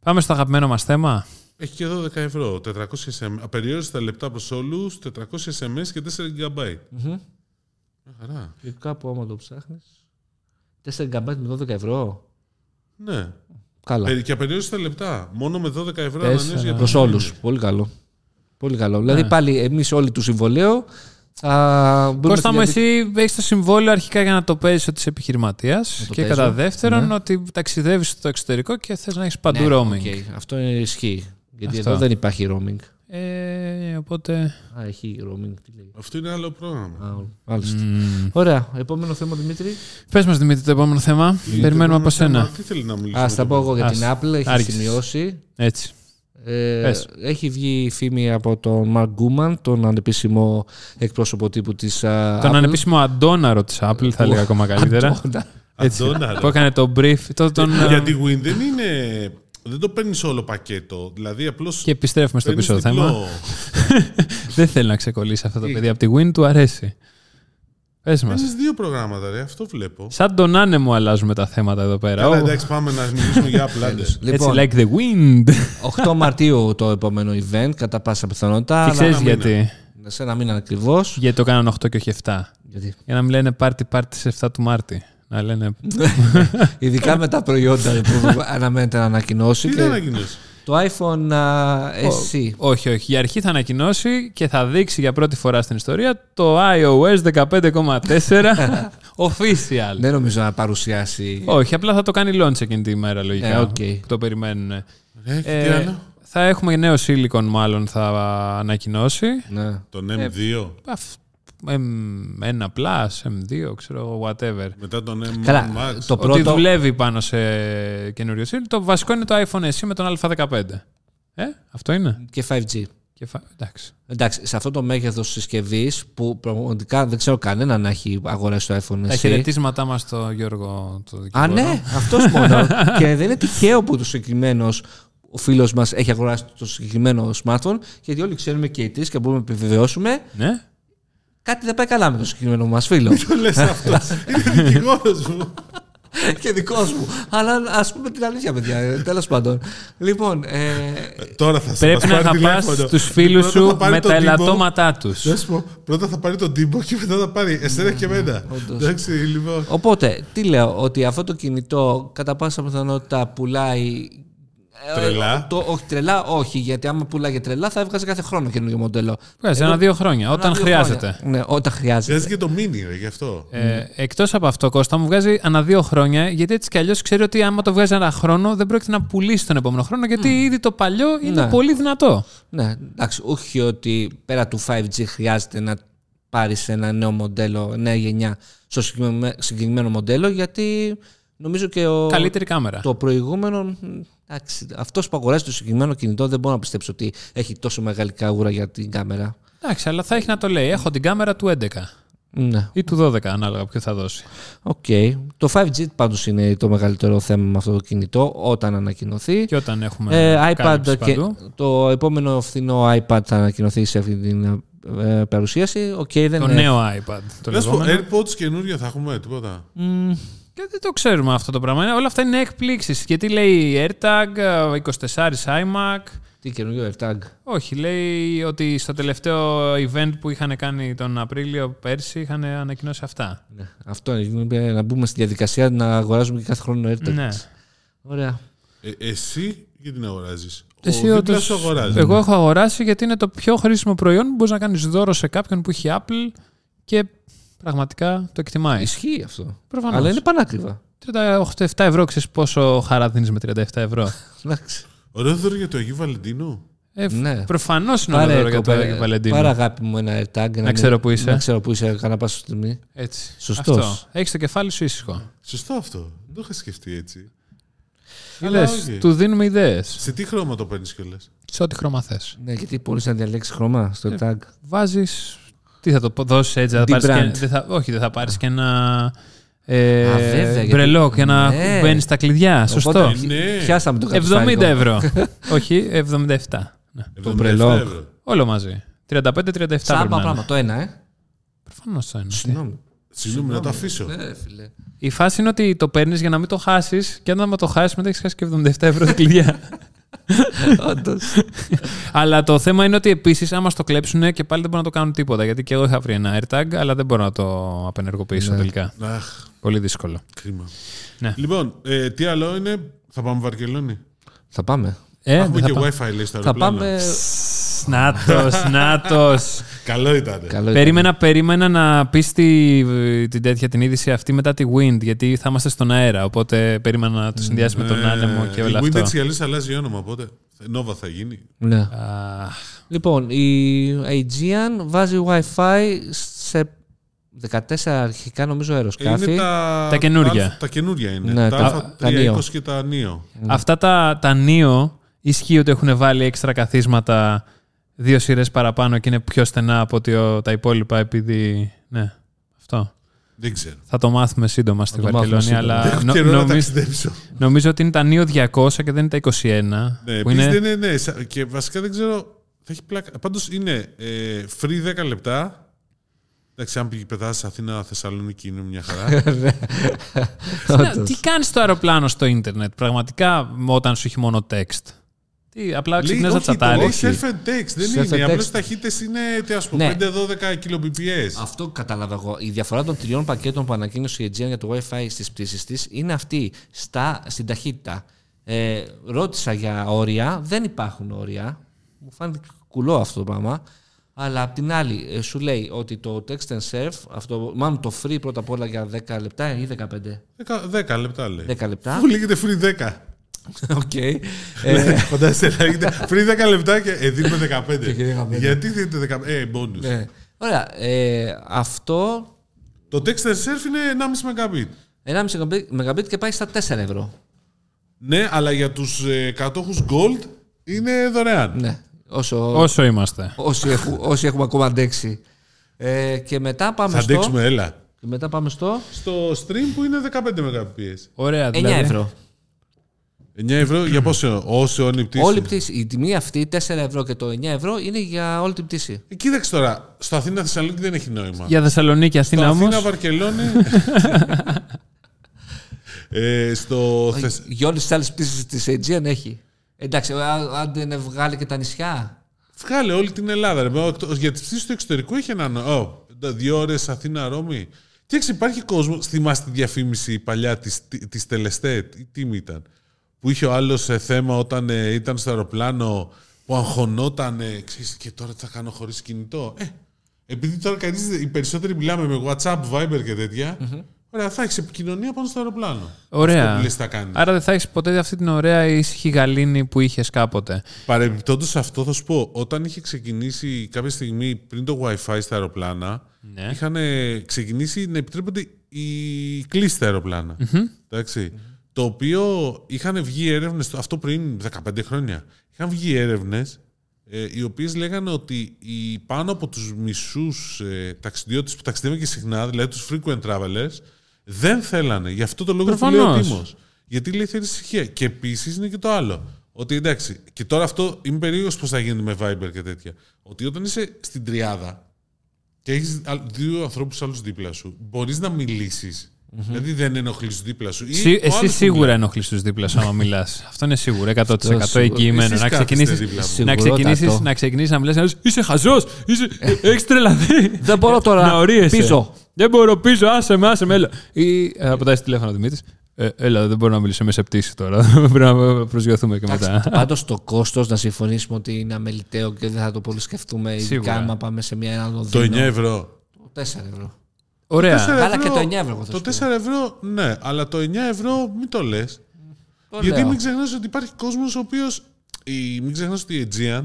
Speaker 1: πάμε στο αγαπημένο μας θέμα.
Speaker 2: Έχει και 12 ευρώ. 400 SM, απεριόριστα λεπτά προς όλους, 400 SMS και 4 GB.
Speaker 3: Μμμ.
Speaker 2: Μια χαρά.
Speaker 3: Και κάπου άμα το ψάχνεις. 4 GB με 12 ευρώ.
Speaker 2: Ναι.
Speaker 3: Καλά.
Speaker 2: Ε, Και απεριόριστα λεπτά. Μόνο με 12 ευρώ
Speaker 1: Τέσσερα.
Speaker 2: ανανέωση για το
Speaker 3: Προς
Speaker 2: μήνα.
Speaker 3: όλους. Πολύ καλό. Πολύ καλό. Δηλαδή πάλι εμείς όλοι του συμβολέου θα μπούμε
Speaker 1: Κώστα
Speaker 3: στη
Speaker 1: μου,
Speaker 3: διαδικασία-
Speaker 1: εσύ έχεις το συμβόλαιο αρχικά για να το παίζεις ότι είσαι επιχειρηματίας.
Speaker 3: το
Speaker 1: Και
Speaker 3: παίζω,
Speaker 1: κατά δεύτερον, ότι ταξιδεύεις στο εξωτερικό και θες να έχεις παντού roaming.
Speaker 3: Ναι, Οκ, Αυτό ισχύει. Γιατί
Speaker 1: Αυτό.
Speaker 3: εδώ δεν υπάρχει roaming.
Speaker 1: Ε, οπότε.
Speaker 3: Α, έχει roaming. Τι λέει.
Speaker 2: Αυτό είναι άλλο πρόγραμμα.
Speaker 3: Α, μάλιστα. Ωραία. Επόμενο θέμα, Δημήτρη.
Speaker 1: Πες μας, Δημήτρη, το επόμενο θέμα. Περιμένουμε από σένα.
Speaker 2: Τι θέλει να μιλήσει.
Speaker 3: Ας τα πω εγώ για
Speaker 1: Ας,
Speaker 3: την Apple. Έχει
Speaker 1: άργησες.
Speaker 3: σημειώσει.
Speaker 1: Έτσι.
Speaker 3: Ε,
Speaker 1: Πες.
Speaker 3: έχει βγει η φήμη από τον Mark Gurman, τον ανεπίσημο εκπρόσωπο τύπου της Apple.
Speaker 1: Τον ανεπίσημο αντόναρο τη Apple, θα λέγα ακόμα καλύτερα. Έτσι.
Speaker 2: Αντώναρο.
Speaker 1: Που έκανε το brief. το- τον, ε,
Speaker 2: Γιατί Win δεν είναι. Δεν το παίρνεις όλο πακέτο. Δηλαδή απλώς.
Speaker 1: Και επιστρέφουμε στο πίσω θέμα. Δεν θέλει να ξεκολλήσει αυτό το παιδί από τη Win, του αρέσει. Πες μας.
Speaker 2: Παίρνεις δύο προγράμματα, ρε. Αυτό βλέπω.
Speaker 1: Σαν τον άνεμο αλλάζουμε τα θέματα εδώ πέρα.
Speaker 2: Καλά,
Speaker 1: Ω,
Speaker 2: εντάξει, πάμε να μιλήσουμε για ναι. απλάντε.
Speaker 1: Έτσι,
Speaker 3: Λοιπόν,
Speaker 1: like the wind.
Speaker 3: 8 Μαρτίου το επόμενο event, κατά πάσα πιθανότητα.
Speaker 1: Και
Speaker 3: αλλά
Speaker 1: ξέρεις
Speaker 2: ένα μήνα.
Speaker 1: γιατί.
Speaker 3: Σε ένα μήνα ακριβώς.
Speaker 1: Γιατί το κάνανε 8 και όχι 7.
Speaker 3: Γιατί
Speaker 1: Για να μην λένε party party σε 7 του Μάρτη. Να λένε.
Speaker 3: ειδικά με τα προϊόντα που αναμένεται να ανακοινώσει.
Speaker 2: Τι
Speaker 3: και
Speaker 1: Ε,
Speaker 2: δεν ανακοινώσει.
Speaker 3: το iPhone α, SE.
Speaker 1: όχι, όχι. Για αρχή θα ανακοινώσει και θα δείξει για πρώτη φορά στην ιστορία το iOS 15,4 official.
Speaker 3: Δεν νομίζω να παρουσιάσει.
Speaker 1: όχι, απλά θα το κάνει launch εκείνη τη μέρα λογικά.
Speaker 3: Ε, οκ.
Speaker 1: Το περιμένουν.
Speaker 2: Ρε, Ε, και τι άλλο.
Speaker 1: θα έχουμε νέο silicon μάλλον θα ανακοινώσει.
Speaker 3: Ναι.
Speaker 2: Τον
Speaker 1: ε,
Speaker 2: M2.
Speaker 1: Αφ- M1 Plus, M2, ξέρω εγώ, whatever.
Speaker 2: Μετά τον M
Speaker 3: Καλά,
Speaker 2: Max.
Speaker 3: το
Speaker 1: Ότι
Speaker 3: πρώτο.
Speaker 1: δουλεύει πάνω σε καινούριο σύλλογο. Το βασικό είναι το iPhone SE με τον α15. Ε, αυτό είναι.
Speaker 3: και 5G.
Speaker 1: Και φα- Εντάξει.
Speaker 3: Εντάξει, σε αυτό το μέγεθος συσκευής που πραγματικά δεν ξέρω κανένα να έχει αγοράσει το iPhone
Speaker 1: Τα
Speaker 3: SE.
Speaker 1: χαιρετίσματά μας στο Γιώργο το
Speaker 3: Α,
Speaker 1: δικηγόρο.
Speaker 3: ναι, αυτός μόνο. και δεν είναι τυχαίο που το συγκεκριμένος ο φίλος μας έχει αγοράσει το συγκεκριμένο smartphone, γιατί όλοι ξέρουμε και τι και μπορούμε να επιβεβαιώσουμε
Speaker 1: Ναι.
Speaker 3: κάτι δεν πάει καλά με το συγκεκριμένο μας φίλο.
Speaker 2: Το λες αυτό. Είναι δικηγόρος μου.
Speaker 3: και δικός μου. Αλλά ας πούμε την αλήθεια, παιδιά. Τέλος πάντων. Λοιπόν, ε,
Speaker 2: Τώρα θα
Speaker 1: Πρέπει να
Speaker 2: μας πάρει
Speaker 1: αγαπάς
Speaker 2: τηλέφωνο. Λοιπόν,
Speaker 1: του φίλους
Speaker 2: Πρώτα θα
Speaker 1: σου
Speaker 2: πάρει
Speaker 1: με
Speaker 2: τον
Speaker 1: τα
Speaker 2: Τίμο.
Speaker 1: ελαττώματά τους.
Speaker 2: Να σου πω, πρώτα θα πάρει τον τύπο και μετά θα πάρει εσένα και εμένα.
Speaker 1: Ναι,
Speaker 2: Εντάξει, λοιπόν.
Speaker 3: Οπότε, τι λέω, ότι αυτό το κινητό κατά πάσα πιθανότητα πουλάει. ε,
Speaker 2: Τρελά.
Speaker 3: Το, όχι τρελά, όχι, γιατί άμα πουλάγε τρελά θα έβγαζε κάθε χρόνο καινούργιο μοντέλο.
Speaker 1: Βγάζει ένα-δύο χρόνια, όταν
Speaker 3: Ένα-δύο
Speaker 1: χρειάζεται.
Speaker 3: χρόνια. Ναι, όταν
Speaker 2: Χρειάζεται
Speaker 3: χρειάζεται.
Speaker 2: και το μήνυ, ρε, γι' αυτό.
Speaker 1: Ε, Εκτός από αυτό, Κώστα μου βγάζει ανά δύο χρόνια, γιατί έτσι κι αλλιώς ξέρει ότι άμα το βγάζει ένα χρόνο δεν πρόκειται να πουλήσει τον επόμενο χρόνο, γιατί ήδη το παλιό είναι
Speaker 3: Ναι.
Speaker 1: πολύ δυνατό.
Speaker 3: Ναι, εντάξει, όχι ότι πέρα του 5G χρειάζεται να πάρεις ένα νέο μοντέλο, νέα γενιά στο συγκεκριμε- συγκεκριμένο μοντέλο, γιατί νομίζω και ο,
Speaker 1: Καλύτερη κάμερα.
Speaker 3: το προηγούμενο. μ, Εντάξει, αυτός που αγοράζει το συγκεκριμένο κινητό δεν μπορώ να πιστέψω ότι έχει τόσο μεγάλη καγούρα για την κάμερα.
Speaker 1: Εντάξει, αλλά θα έχει να το λέει. Έχω την κάμερα του 11
Speaker 3: Ναι.
Speaker 1: ή του 12, ανάλογα ποιο θα δώσει.
Speaker 3: Οκ. Το 5G πάντως είναι το μεγαλύτερο θέμα με αυτό το κινητό όταν ανακοινωθεί.
Speaker 1: Και όταν έχουμε.
Speaker 3: Ε,
Speaker 1: κάλυψη
Speaker 3: iPad και
Speaker 1: παντού.
Speaker 3: το επόμενο φθηνό iPad θα ανακοινωθεί σε αυτή την ε, παρουσίαση. Οκ, δεν
Speaker 1: Το
Speaker 3: είναι-
Speaker 1: νέο iPad. Το
Speaker 2: Να σου πω, ε-
Speaker 1: λεγόμενο.
Speaker 2: AirPods καινούργια θα έχουμε, τίποτα.
Speaker 1: Και δεν το ξέρουμε αυτό το πράγμα. Είναι- Όλα αυτά είναι εκπλήξεις. Γιατί λέει AirTag, 24 iMac.
Speaker 3: Τι καινούριο AirTag.
Speaker 1: Όχι, λέει ότι στο τελευταίο event που είχαν κάνει τον Απρίλιο πέρσι είχαν ανακοινώσει αυτά.
Speaker 3: Ναι, αυτό είναι. Να μπούμε στη διαδικασία να αγοράζουμε και κάθε χρόνο AirTag.
Speaker 1: Ναι.
Speaker 3: Ωραία.
Speaker 2: Ε, εσύ γιατί την αγοράζεις.
Speaker 1: Εσύ
Speaker 2: ο
Speaker 1: όντως-
Speaker 2: δίπλα σου αγοράζει. ναι.
Speaker 1: Εγώ έχω αγοράσει γιατί είναι το πιο χρήσιμο προϊόν που μπορείς να κάνεις δώρο σε κάποιον που έχει Apple και πραγματικά το εκτιμάει.
Speaker 3: Ισχύει αυτό.
Speaker 1: Προφανώς.
Speaker 3: Αλλά είναι πανάκριβα.
Speaker 1: 38 ευρώ, ξέρεις πόσο χαρά δίνεις με 37 ευρώ.
Speaker 3: Εντάξει.
Speaker 2: Ωραίο δώρο για το Αγίου Βαλεντίνου.
Speaker 1: Ε,
Speaker 3: Ναι.
Speaker 1: Προφανώς είναι όλο δώρο για το Άγιο Βαλεντίνο.
Speaker 3: πάρε αγάπη μου ένα AirTag. Να, μην-
Speaker 1: ξέρω που είσαι.
Speaker 3: Να ξέρω που είσαι κανένα πάσα στιγμή.
Speaker 1: Έτσι.
Speaker 3: Σωστός.
Speaker 1: Αυτό. Έχεις το κεφάλι σου ήσυχο.
Speaker 2: Σωστό αυτό. Δεν το είχα σκεφτεί έτσι.
Speaker 1: Τι
Speaker 2: Αλλά
Speaker 1: λες,
Speaker 2: όχι.
Speaker 1: του δίνουμε ιδέες.
Speaker 2: Σε τι χρώμα το παίρνεις κιόλα.
Speaker 1: Σε ό,τι χρώμα θες.
Speaker 3: Ναι, γιατί μπορεί να διαλέξεις χρώμα στο
Speaker 1: Ε,
Speaker 3: tag.
Speaker 1: Βάζεις. Τι θα το δώσεις έτσι, θα
Speaker 3: Deep
Speaker 1: πάρεις και,
Speaker 3: brand.
Speaker 1: δεν θα, όχι, δεν θα πάρεις και ένα. Ε,
Speaker 3: Α, βέβαια, γιατί-
Speaker 1: μπρελόκ για να
Speaker 3: Ναι.
Speaker 1: μπαίνει τα κλειδιά. Σωστό.
Speaker 3: Οπότε,
Speaker 2: Ναι.
Speaker 3: Πιάσαμε το
Speaker 1: 70
Speaker 3: κατσφάγικο.
Speaker 1: ευρώ. όχι, 77. Ναι.
Speaker 2: Το
Speaker 3: μπρελόκ.
Speaker 1: Όλο μαζί. 35-37
Speaker 3: Σαν
Speaker 1: ευρώ.
Speaker 3: πράγμα το ένα, ε.
Speaker 1: Προφανώς το ένα.
Speaker 3: Συγγνώμη.
Speaker 2: Συγγνώμη, να το αφήσω.
Speaker 3: Ναι, ρε, φίλε.
Speaker 1: Η φάση είναι ότι το παίρνεις για να μην το χάσεις και αν άμα το χάσεις, μετά έχεις χάσει και 77 ευρώ τα κλειδιά.
Speaker 3: Όντως.
Speaker 1: Αλλά το θέμα είναι ότι επίσης, άμα στο κλέψουν και πάλι δεν μπορούν να το κάνουν τίποτα. Γιατί και εγώ είχα βρει ένα AirTag, αλλά δεν μπορώ να το απενεργοποιήσω τελικά.
Speaker 2: Αχ,
Speaker 1: Πολύ δύσκολο.
Speaker 2: κρίμα.
Speaker 1: Ναι.
Speaker 2: Λοιπόν, ε, τι άλλο είναι. Θα πάμε Βαρκελόνη.
Speaker 3: Θα πάμε.
Speaker 1: Ε,
Speaker 2: Έχουμε
Speaker 1: δεν θα
Speaker 2: και
Speaker 1: πάμε.
Speaker 2: Wi-Fi λέει στο
Speaker 3: Θα
Speaker 2: αεροπλάνο.
Speaker 3: πάμε.
Speaker 1: Νάτος, νάτος.
Speaker 2: Καλό ήταν.
Speaker 3: Καλό ήταν.
Speaker 1: περίμενα, περίμενα να πεις τη, την τέτοια την είδηση αυτή μετά τη Wind, γιατί θα είμαστε στον αέρα. Οπότε περίμενα να το συνδυάσει με τον άνεμο και όλα
Speaker 2: Ναι, Ε, Η Wind
Speaker 1: αυτά.
Speaker 2: έτσι κι αλλιώς αλλάζει όνομα, οπότε. Νόβα θα γίνει.
Speaker 3: Ναι.
Speaker 1: Αχ,
Speaker 3: Λοιπόν, η Aegean βάζει Wi-Fi σε 14 αρχικά νομίζω αεροσκάφη.
Speaker 2: Ε, Είναι τα,
Speaker 1: Τα καινούρια.
Speaker 2: Τα, τα καινούρια είναι.
Speaker 3: Ναι,
Speaker 2: τα,
Speaker 3: τα-
Speaker 2: α320
Speaker 3: τα
Speaker 2: και τα νίο.
Speaker 1: Αυτά τα, τα νίο ισχύει ότι έχουν βάλει έξτρα καθίσματα δύο σειρές παραπάνω και είναι πιο στενά από ότι ο- τα υπόλοιπα επειδή. Ναι, αυτό.
Speaker 2: Δεν ξέρω.
Speaker 1: Θα το μάθουμε σύντομα στη
Speaker 3: το μάθουμε
Speaker 1: Βαρκελόνη,
Speaker 3: σύντομα.
Speaker 1: αλλά νο-
Speaker 2: Καιρό να
Speaker 1: νομίζω,
Speaker 2: ταξιδέψω.
Speaker 1: νομίζω ότι είναι τα νίο 200 και δεν είναι τα 21.
Speaker 2: Ναι,
Speaker 1: που
Speaker 2: επίσης
Speaker 1: είναι,
Speaker 2: δεν είναι, ναι, σα- και βασικά δεν ξέρω. Θα έχει πλάκα. Πάντως είναι ε, free 10 λεπτά. Εντάξει, αν πετάς Αθήνα, Θεσσαλονίκη είναι μια χαρά.
Speaker 1: Ναι, τι κάνεις στο αεροπλάνο στο ίντερνετ, πραγματικά, όταν σου έχει μόνο text. Τι, απλά ξεκινάς να
Speaker 2: όχι,
Speaker 1: τσατάρει.
Speaker 2: το- όχι, Surf and text δεν
Speaker 3: Surf and
Speaker 2: είναι. Απλέ
Speaker 3: text.
Speaker 2: ταχύτητες είναι τι ας πω,
Speaker 3: Ναι.
Speaker 2: 5-12 kbps.
Speaker 3: Αυτό κατάλαβα εγώ. Η διαφορά των τριών πακέτων που ανακοίνωσε η Aegean για το Wi-Fi στις πτήσεις της είναι αυτή στα, στην ταχύτητα. Ε, ρώτησα για όρια. Δεν υπάρχουν όρια. Μου φάνηκε κουλό αυτό το πράγμα. Αλλά απ' την άλλη, ε, σου λέει ότι το text and surf, αυτό, μάλλον το free πρώτα απ' όλα για 10 λεπτά ή 15.
Speaker 2: 10 λεπτά λέει.
Speaker 3: 10 λεπτά.
Speaker 2: Αφού λέγεται free 10.
Speaker 3: Οκ.
Speaker 2: Ε, Φαντάζεσαι να λέγεται free 10 λεπτά και ε, δίνουμε 15.
Speaker 3: 15.
Speaker 2: Γιατί δίνετε 15. Ε, bonus.
Speaker 3: Ναι. Ωραία. Ε, αυτό
Speaker 2: Το text and surf είναι 1,5 megabit.
Speaker 3: 1,5 Mbit και πάει στα 4 ευρώ.
Speaker 2: Ναι, αλλά για τους ε, κατόχους gold είναι δωρεάν.
Speaker 3: Ναι. Όσο,
Speaker 1: Όσο είμαστε.
Speaker 3: Όσοι, έχου- όσοι έχουμε ακόμα αντέξει. Ε, και μετά πάμε
Speaker 2: Θα
Speaker 3: στο.
Speaker 2: αντέξουμε, έλα.
Speaker 3: Και μετά πάμε στο.
Speaker 2: Στο stream που είναι 15 megabits.
Speaker 1: Ωραία,
Speaker 3: 9
Speaker 1: δηλαδή.
Speaker 3: ευρώ.
Speaker 2: 9 ευρώ για πόσο, όσο όλη η πτήση.
Speaker 3: Όλη η πτήση. Η τιμή αυτή, 4 ευρώ και το 9 ευρώ, είναι για όλη την πτήση.
Speaker 2: Ε, Κοίταξε τώρα, στο Αθήνα Θεσσαλονίκη δεν έχει νόημα.
Speaker 1: Για Θεσσαλονίκη, Αθήνα
Speaker 2: στο
Speaker 1: όμως.
Speaker 2: Αθήνα Βαρκελόνη. Ε, στο Θεσ-
Speaker 3: Για όλες τις άλλες πτήσεις της Aegean έχει. Εντάξει, α- αν δεν βγάλει και τα νησιά.
Speaker 2: Βγάλε όλη την Ελλάδα. Ρε. Ο- το- Για τις πτήσεις του εξωτερικού είχε ένα. νο- Ω, τα δύο ώρες Αθήνα-Ρώμη. Και έξι, υπάρχει κόσμος. Θυμάστε τη διαφήμιση παλιά της Τελεστέτ. ή Τι μη ήταν. Που είχε ο άλλος θέμα όταν ε, ήταν στο αεροπλάνο που αγχωνόταν. ε, ξέρεις, και τώρα τι θα κάνω χωρίς κινητό. Ε, επειδή τώρα κανείς, οι περισσότεροι μιλάμε με WhatsApp, Viber και τετοια Ωραία, θα έχεις επικοινωνία πάνω στο αεροπλάνο. Αυτό
Speaker 1: Ωραία.
Speaker 2: που λες θα κάνεις.
Speaker 1: Άρα δεν θα έχεις ποτέ αυτή την ωραία ήσυχη γαλήνη που είχες κάποτε.
Speaker 2: Παρεμπιπτόντως αυτό θα σου πω, όταν είχε ξεκινήσει κάποια στιγμή πριν το Wi-Fi στα αεροπλάνα,
Speaker 1: Ναι.
Speaker 2: είχαν ε, ξεκινήσει να επιτρέπονται οι κλήσει στα αεροπλανα ενταξει Το οποίο είχαν βγει έρευνες, αυτό πριν 15 χρόνια, είχαν βγει έρευνες ε, οι οποίες λέγανε ότι οι πάνω από τους μισούς ε, ταξιδιώτες που ταξιδεύουν και συχνά, δηλαδή τους frequent travelers, δεν θέλανε. Γι' αυτό το λόγο που λέει ο
Speaker 1: Προφανώς.
Speaker 2: Τίμος. Γιατί λέει θέλει ησυχία. Και επίσης είναι και το άλλο. Ότι εντάξει, και τώρα αυτό είμαι περίεργος πώς θα γίνει με Viber και τέτοια. Ότι όταν είσαι στην τριάδα και έχεις δύο ανθρώπους άλλους δίπλα σου, μπορείς να μιλησει Δηλαδή δεν ενοχλείς δίπλα σου. Ή
Speaker 1: Συ-
Speaker 2: ο άλλος
Speaker 1: εσύ
Speaker 2: που
Speaker 1: σίγουρα ενοχλεί του δίπλα σου άμα μιλάς. Αυτό είναι σίγουρο, 100%
Speaker 3: σίγουρα.
Speaker 1: εγγυημένο.
Speaker 2: Εσείς
Speaker 1: Να
Speaker 2: κάθεστε
Speaker 1: ξεκινήσεις
Speaker 2: δίπλα μου.
Speaker 1: να,
Speaker 3: Σιγουρότατο.
Speaker 1: ξεκινήσεις, να, ξεκινήσεις να μιλάς, να λες, Είσαι χαζός, είσαι... έχεις τρελαθεί.
Speaker 3: Ε. Δεν μπορώ τώρα.
Speaker 1: να ορίεσαι.
Speaker 3: Πίσω.
Speaker 1: Δεν μπορώ πίσω, άσε με, άσε με, έλα. Ή ε, απαντάει στο τηλέφωνο ο Δημήτρης. Ε, έλα, δεν μπορώ να μιλήσω με σε πτήση τώρα. Πρέπει να προσγειωθούμε και μετά.
Speaker 3: Πάντως το κόστος να συμφωνήσουμε ότι είναι αμεληταίο και δεν θα το πολύ σκεφτούμε. Ειδικά
Speaker 1: Σίγουρα.
Speaker 3: άμα πάμε σε μια άλλο
Speaker 2: Το 9 ευρώ.
Speaker 3: 4 ευρώ.
Speaker 1: Ωραία.
Speaker 2: 4
Speaker 3: Καλά και
Speaker 2: ευρώ-
Speaker 3: το 9 ευρώ, θα
Speaker 2: Το
Speaker 3: σου πω.
Speaker 2: 4 ευρώ, ναι, αλλά το 9 ευρώ μην το λες.
Speaker 3: Το
Speaker 2: Γιατί
Speaker 3: λέω.
Speaker 2: μην ξεχνάς ότι υπάρχει κόσμος ο οποίος. Μην ξεχνάς ότι η Aegean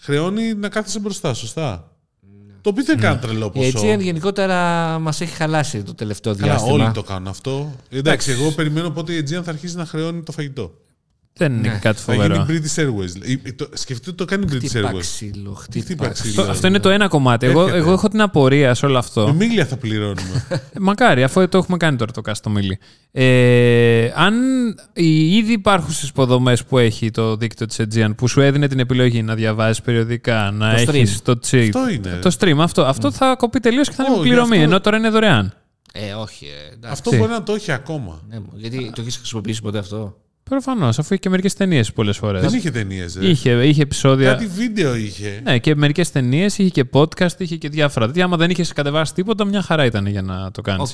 Speaker 2: χρεώνει να κάθεσαι μπροστά, σωστά. Το οποίο δεν κάνει τρελό
Speaker 3: Ναι. Η
Speaker 2: ποσό.
Speaker 3: Aegean γενικότερα μας έχει χαλάσει το τελευταίο
Speaker 2: Καλά,
Speaker 3: διάστημα.
Speaker 2: όλοι το κάνουν αυτό. Εντάξει, εγώ περιμένω πότε η Aegean θα αρχίσει να χρεώνει το φαγητό.
Speaker 1: Δεν είναι κάτι
Speaker 2: ναι. Θα γίνει
Speaker 1: φοβερό.
Speaker 2: British Airways. Ε, το- Σκεφτείτε ότι το κάνει British
Speaker 3: Χτύπα
Speaker 2: Airways.
Speaker 3: ξύλο,
Speaker 2: Χτύπα
Speaker 3: χτύπα
Speaker 2: ξύλο.
Speaker 3: ξύλο.
Speaker 1: Αυτό- Αυτό είναι το ένα κομμάτι. Εγώ,
Speaker 2: Έρχεται.
Speaker 1: εγώ έχω την απορία σε όλο
Speaker 2: Με
Speaker 1: αυτό.
Speaker 2: μίλια θα πληρώνουμε.
Speaker 1: Ε, Μακάρι, αφού το έχουμε κάνει τώρα το κάστο μίλι. Ε, αν οι ήδη υπάρχουσες υποδομές που έχει το δίκτυο της Aegean που σου έδινε την επιλογή να διαβάζει περιοδικά, να
Speaker 3: stream.
Speaker 1: έχεις το cheat.
Speaker 2: Αυτό είναι.
Speaker 1: Το stream, αυτό, αυτό θα κοπεί τελείως και θα είναι
Speaker 2: Ω,
Speaker 1: πληρωμή,
Speaker 2: γι' αυτό-
Speaker 1: ενώ τώρα είναι δωρεάν.
Speaker 3: Ε, όχι. ε, εντάξει.
Speaker 2: αυτό μπορεί να το έχει ακόμα.
Speaker 3: Ναι, μου, γιατί το έχεις χρησιμοποιήσει ποτέ αυτό.
Speaker 1: Προφανώς, αφού είχε και μερικές ταινίες πολλές φορές.
Speaker 3: Ναι.
Speaker 2: Δεν είχε ταινίες.
Speaker 1: Είχε, είχε επεισόδια.
Speaker 2: Κάτι βίντεο είχε.
Speaker 1: Ναι, και μερικές ταινίες, είχε και podcast, είχε και διάφορα. Δηλαδή, άμα δεν είχες κατεβάσει τίποτα, μια χαρά ήταν για να το κάνεις.
Speaker 3: Οκ.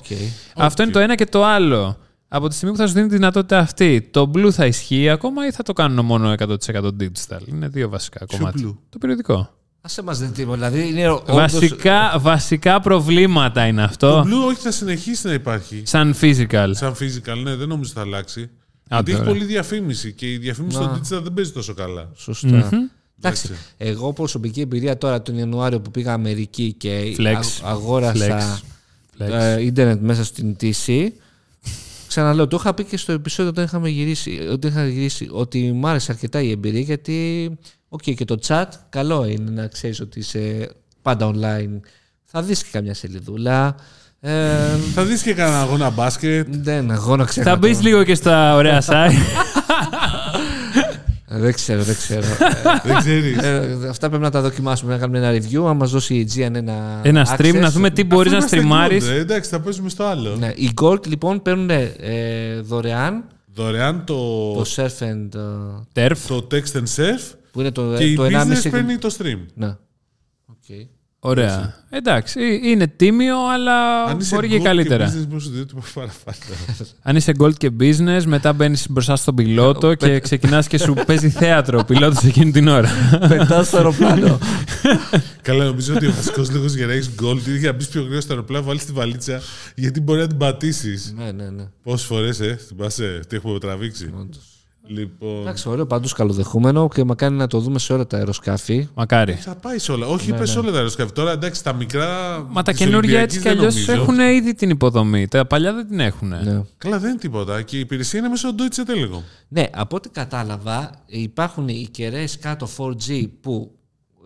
Speaker 1: Αυτό είναι το ένα και το άλλο. Από τη στιγμή που θα σου δίνει τη δυνατότητα αυτή, το Blue θα ισχύει ακόμα ή θα το κάνουν μόνο 100% digital. Είναι δύο βασικά κομμάτια.
Speaker 2: Blue?
Speaker 1: Το περιοδικό.
Speaker 3: Α μας δεν τίποτα. Δηλαδή είναι όντως-
Speaker 1: Βασικά, βασικά προβλήματα είναι
Speaker 2: Το
Speaker 1: αυτό.
Speaker 2: Blue όχι θα συνεχίσει να υπάρχει.
Speaker 1: Σαν physical.
Speaker 2: Σαν physical, ναι, δεν νομίζω θα αλλάξει. Γιατί έχει
Speaker 1: ωραία.
Speaker 2: πολλή διαφήμιση και η διαφήμιση στο digital δεν παίζει τόσο καλά.
Speaker 3: Σωστά. Εντάξει,
Speaker 2: Εντάξει.
Speaker 3: εγώ προσωπική εμπειρία τώρα τον Ιανουάριο που πήγα Αμερική και
Speaker 1: Flex.
Speaker 3: α- αγόρασα
Speaker 1: Flex. Flex.
Speaker 3: ε, ίντερνετ μέσα στην TC. Ξαναλέω, το είχα πει και στο επεισόδιο όταν είχαμε γυρίσει, όταν είχα γυρίσει ότι μου άρεσε αρκετά η εμπειρία γιατί οκ, και το chat καλό είναι να ξέρεις ότι είσαι πάντα online. Θα δεις και καμιά σελίδουλα. Ε,
Speaker 2: Θα δεις και κανένα αγώνα μπάσκετ.
Speaker 3: δεν, αγώνα ξέρω.
Speaker 1: Θα μπει λίγο και στα ωραία site.
Speaker 3: Δεν ξέρω, δεν ξέρω.
Speaker 2: δεν ξέρεις.
Speaker 3: Ε, αυτά πρέπει να τα δοκιμάσουμε, να κάνουμε ένα review. Αν μα δώσει η Aegean ένα.
Speaker 1: Ένα stream,
Speaker 3: access.
Speaker 1: να δούμε τι μπορείς να στριμάρει.
Speaker 2: Ε, Εντάξει, θα παίζουμε στο άλλο.
Speaker 3: Ναι, οι Gold λοιπόν παίρνουν ε, δωρεάν
Speaker 2: Δωρεάν το,
Speaker 3: το Surf and. ε,
Speaker 1: Τερφ.
Speaker 2: το text and surf
Speaker 3: που είναι το,
Speaker 2: και η
Speaker 3: Ε, το
Speaker 2: business
Speaker 3: 1,5.
Speaker 2: παίρνει το stream.
Speaker 3: Ναι. Okay.
Speaker 1: Ωραία. Εντάξει, ε, είναι τίμιο, αλλά
Speaker 2: Αν είσαι
Speaker 1: μπορεί και
Speaker 2: good
Speaker 1: καλύτερα.
Speaker 2: business, μπορείς να σου δίνει τίποτα παραπάνω.
Speaker 1: Αν είσαι gold και business, μετά μπαίνεις μπροστά στον
Speaker 2: Ε,
Speaker 1: πιλότο και ξεκινάς και σου παίζει θέατρο ο πιλότος εκείνη την ώρα.
Speaker 3: Πετάς στο αεροπλάνο.
Speaker 2: Καλά, νομίζω ότι ο βασικός λόγος για να έχεις gold είναι για να μπεις πιο γρήγορα στο αεροπλάνο, βάλεις τη βαλίτσα, γιατί μπορεί να την πατήσεις.
Speaker 3: ναι, ναι, ναι.
Speaker 2: Πόσες φορές, ε, θυμάσαι, τι έχουμε τραβήξει. Λοιπόν.
Speaker 3: Εντάξει, ωραίο παντού καλοδεχούμενο και μακάρι να το δούμε σε όλα τα αεροσκάφη.
Speaker 1: Μακάρι.
Speaker 2: Θα πάει σε όλα. Όχι,
Speaker 3: Ναι,
Speaker 2: είπες σε όλα τα αεροσκάφη. Τώρα εντάξει, τα μικρά.
Speaker 1: Μα τα
Speaker 2: της
Speaker 1: καινούργια
Speaker 2: Ολυμπιακής
Speaker 1: έτσι κι
Speaker 2: δεν
Speaker 1: αλλιώς
Speaker 2: νομίζω.
Speaker 1: έχουν ήδη την υποδομή. Τα παλιά δεν την έχουν.
Speaker 3: Ναι.
Speaker 2: Καλά, δεν είναι τίποτα. Και η υπηρεσία είναι μέσω Deutsche Telekom.
Speaker 3: Ναι, από ό,τι κατάλαβα, υπάρχουν οι κεραίες κάτω 4G που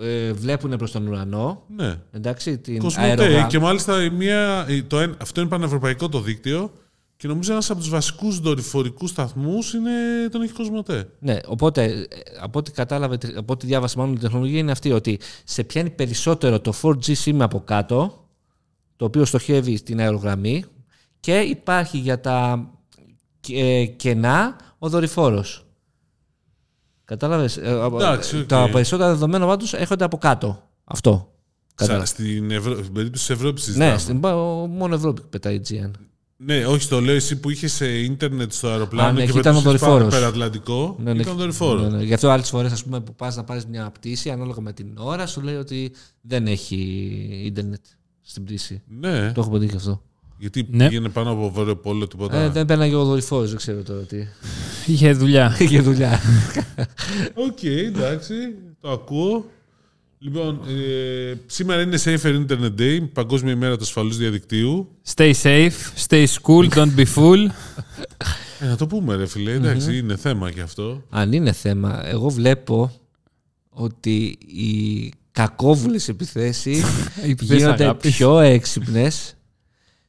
Speaker 3: ε, βλέπουν προς τον ουρανό.
Speaker 2: Ναι.
Speaker 3: Εντάξει, την
Speaker 2: Κοσμοτέ.
Speaker 3: αερογραμμή.
Speaker 2: Και μάλιστα η μία, η- το, εν- αυτό είναι πανευρωπαϊκό το δίκτυο. Και νομίζω ένας από τους βασικούς δορυφορικούς σταθμούς είναι τον έχει Κοσμοτέ.
Speaker 3: Ναι, οπότε ε, από ό,τι κατάλαβε, από ό,τι διάβασα μάλλον η τεχνολογία είναι αυτή ότι σε πιάνει περισσότερο το 4G SIM από κάτω, το οποίο στοχεύει στην αερογραμμή και υπάρχει για τα ε, κενά ο δορυφόρος. Κατάλαβες.
Speaker 2: Εντάξει, οκ.
Speaker 3: ε, Τα περισσότερα δεδομένα του έρχονται από κάτω. Αυτό.
Speaker 2: Σα- Στην, Ευρω... στην περίπτωση της Ευρώπης
Speaker 3: Ναι,
Speaker 2: συζητάμε.
Speaker 3: στην, πα- ο- μόνο Ευρώπη πετάει GN.
Speaker 2: Ναι, όχι, το λέω εσύ που είχες ίντερνετ στο αεροπλάνο
Speaker 3: Α, ναι,
Speaker 2: και
Speaker 3: εκεί ήταν ο
Speaker 2: πετούσες
Speaker 3: δορυφόρος.
Speaker 2: πάνω Περατλαντικό.
Speaker 3: Ναι, ναι,
Speaker 2: ήταν ο δορυφόρος.
Speaker 3: ναι, ναι. Γι' αυτό άλλες φορές που πας να πάρεις μια πτήση ανάλογα με την ώρα σου λέει ότι δεν έχει ίντερνετ στην πτήση.
Speaker 2: Ναι,
Speaker 3: Το έχω πετύχει αυτό.
Speaker 2: γιατί
Speaker 1: Ναι.
Speaker 2: πήγαινε πάνω από βόρειο πόλο τίποτα.
Speaker 3: Ε, δεν πέναγε ο δορυφόρος, δεν ξέρω τώρα τι.
Speaker 1: Είχε δουλειά.
Speaker 3: Είχε δουλειά.
Speaker 2: Οκ, εντάξει, το ακούω. Λοιπόν, ε, σήμερα είναι Safer Internet Day, Παγκόσμια ημέρα του ασφαλούς διαδικτύου.
Speaker 1: Stay safe, stay cool, don't be fool.
Speaker 2: Ε, να το πούμε, ρε φίλε, εντάξει, είναι θέμα και αυτό.
Speaker 3: Αν είναι θέμα, εγώ βλέπω ότι οι κακόβουλες επιθέσεις
Speaker 1: Επιθέσεις
Speaker 3: γίνονται
Speaker 1: αγάπης.
Speaker 3: πιο έξυπνες.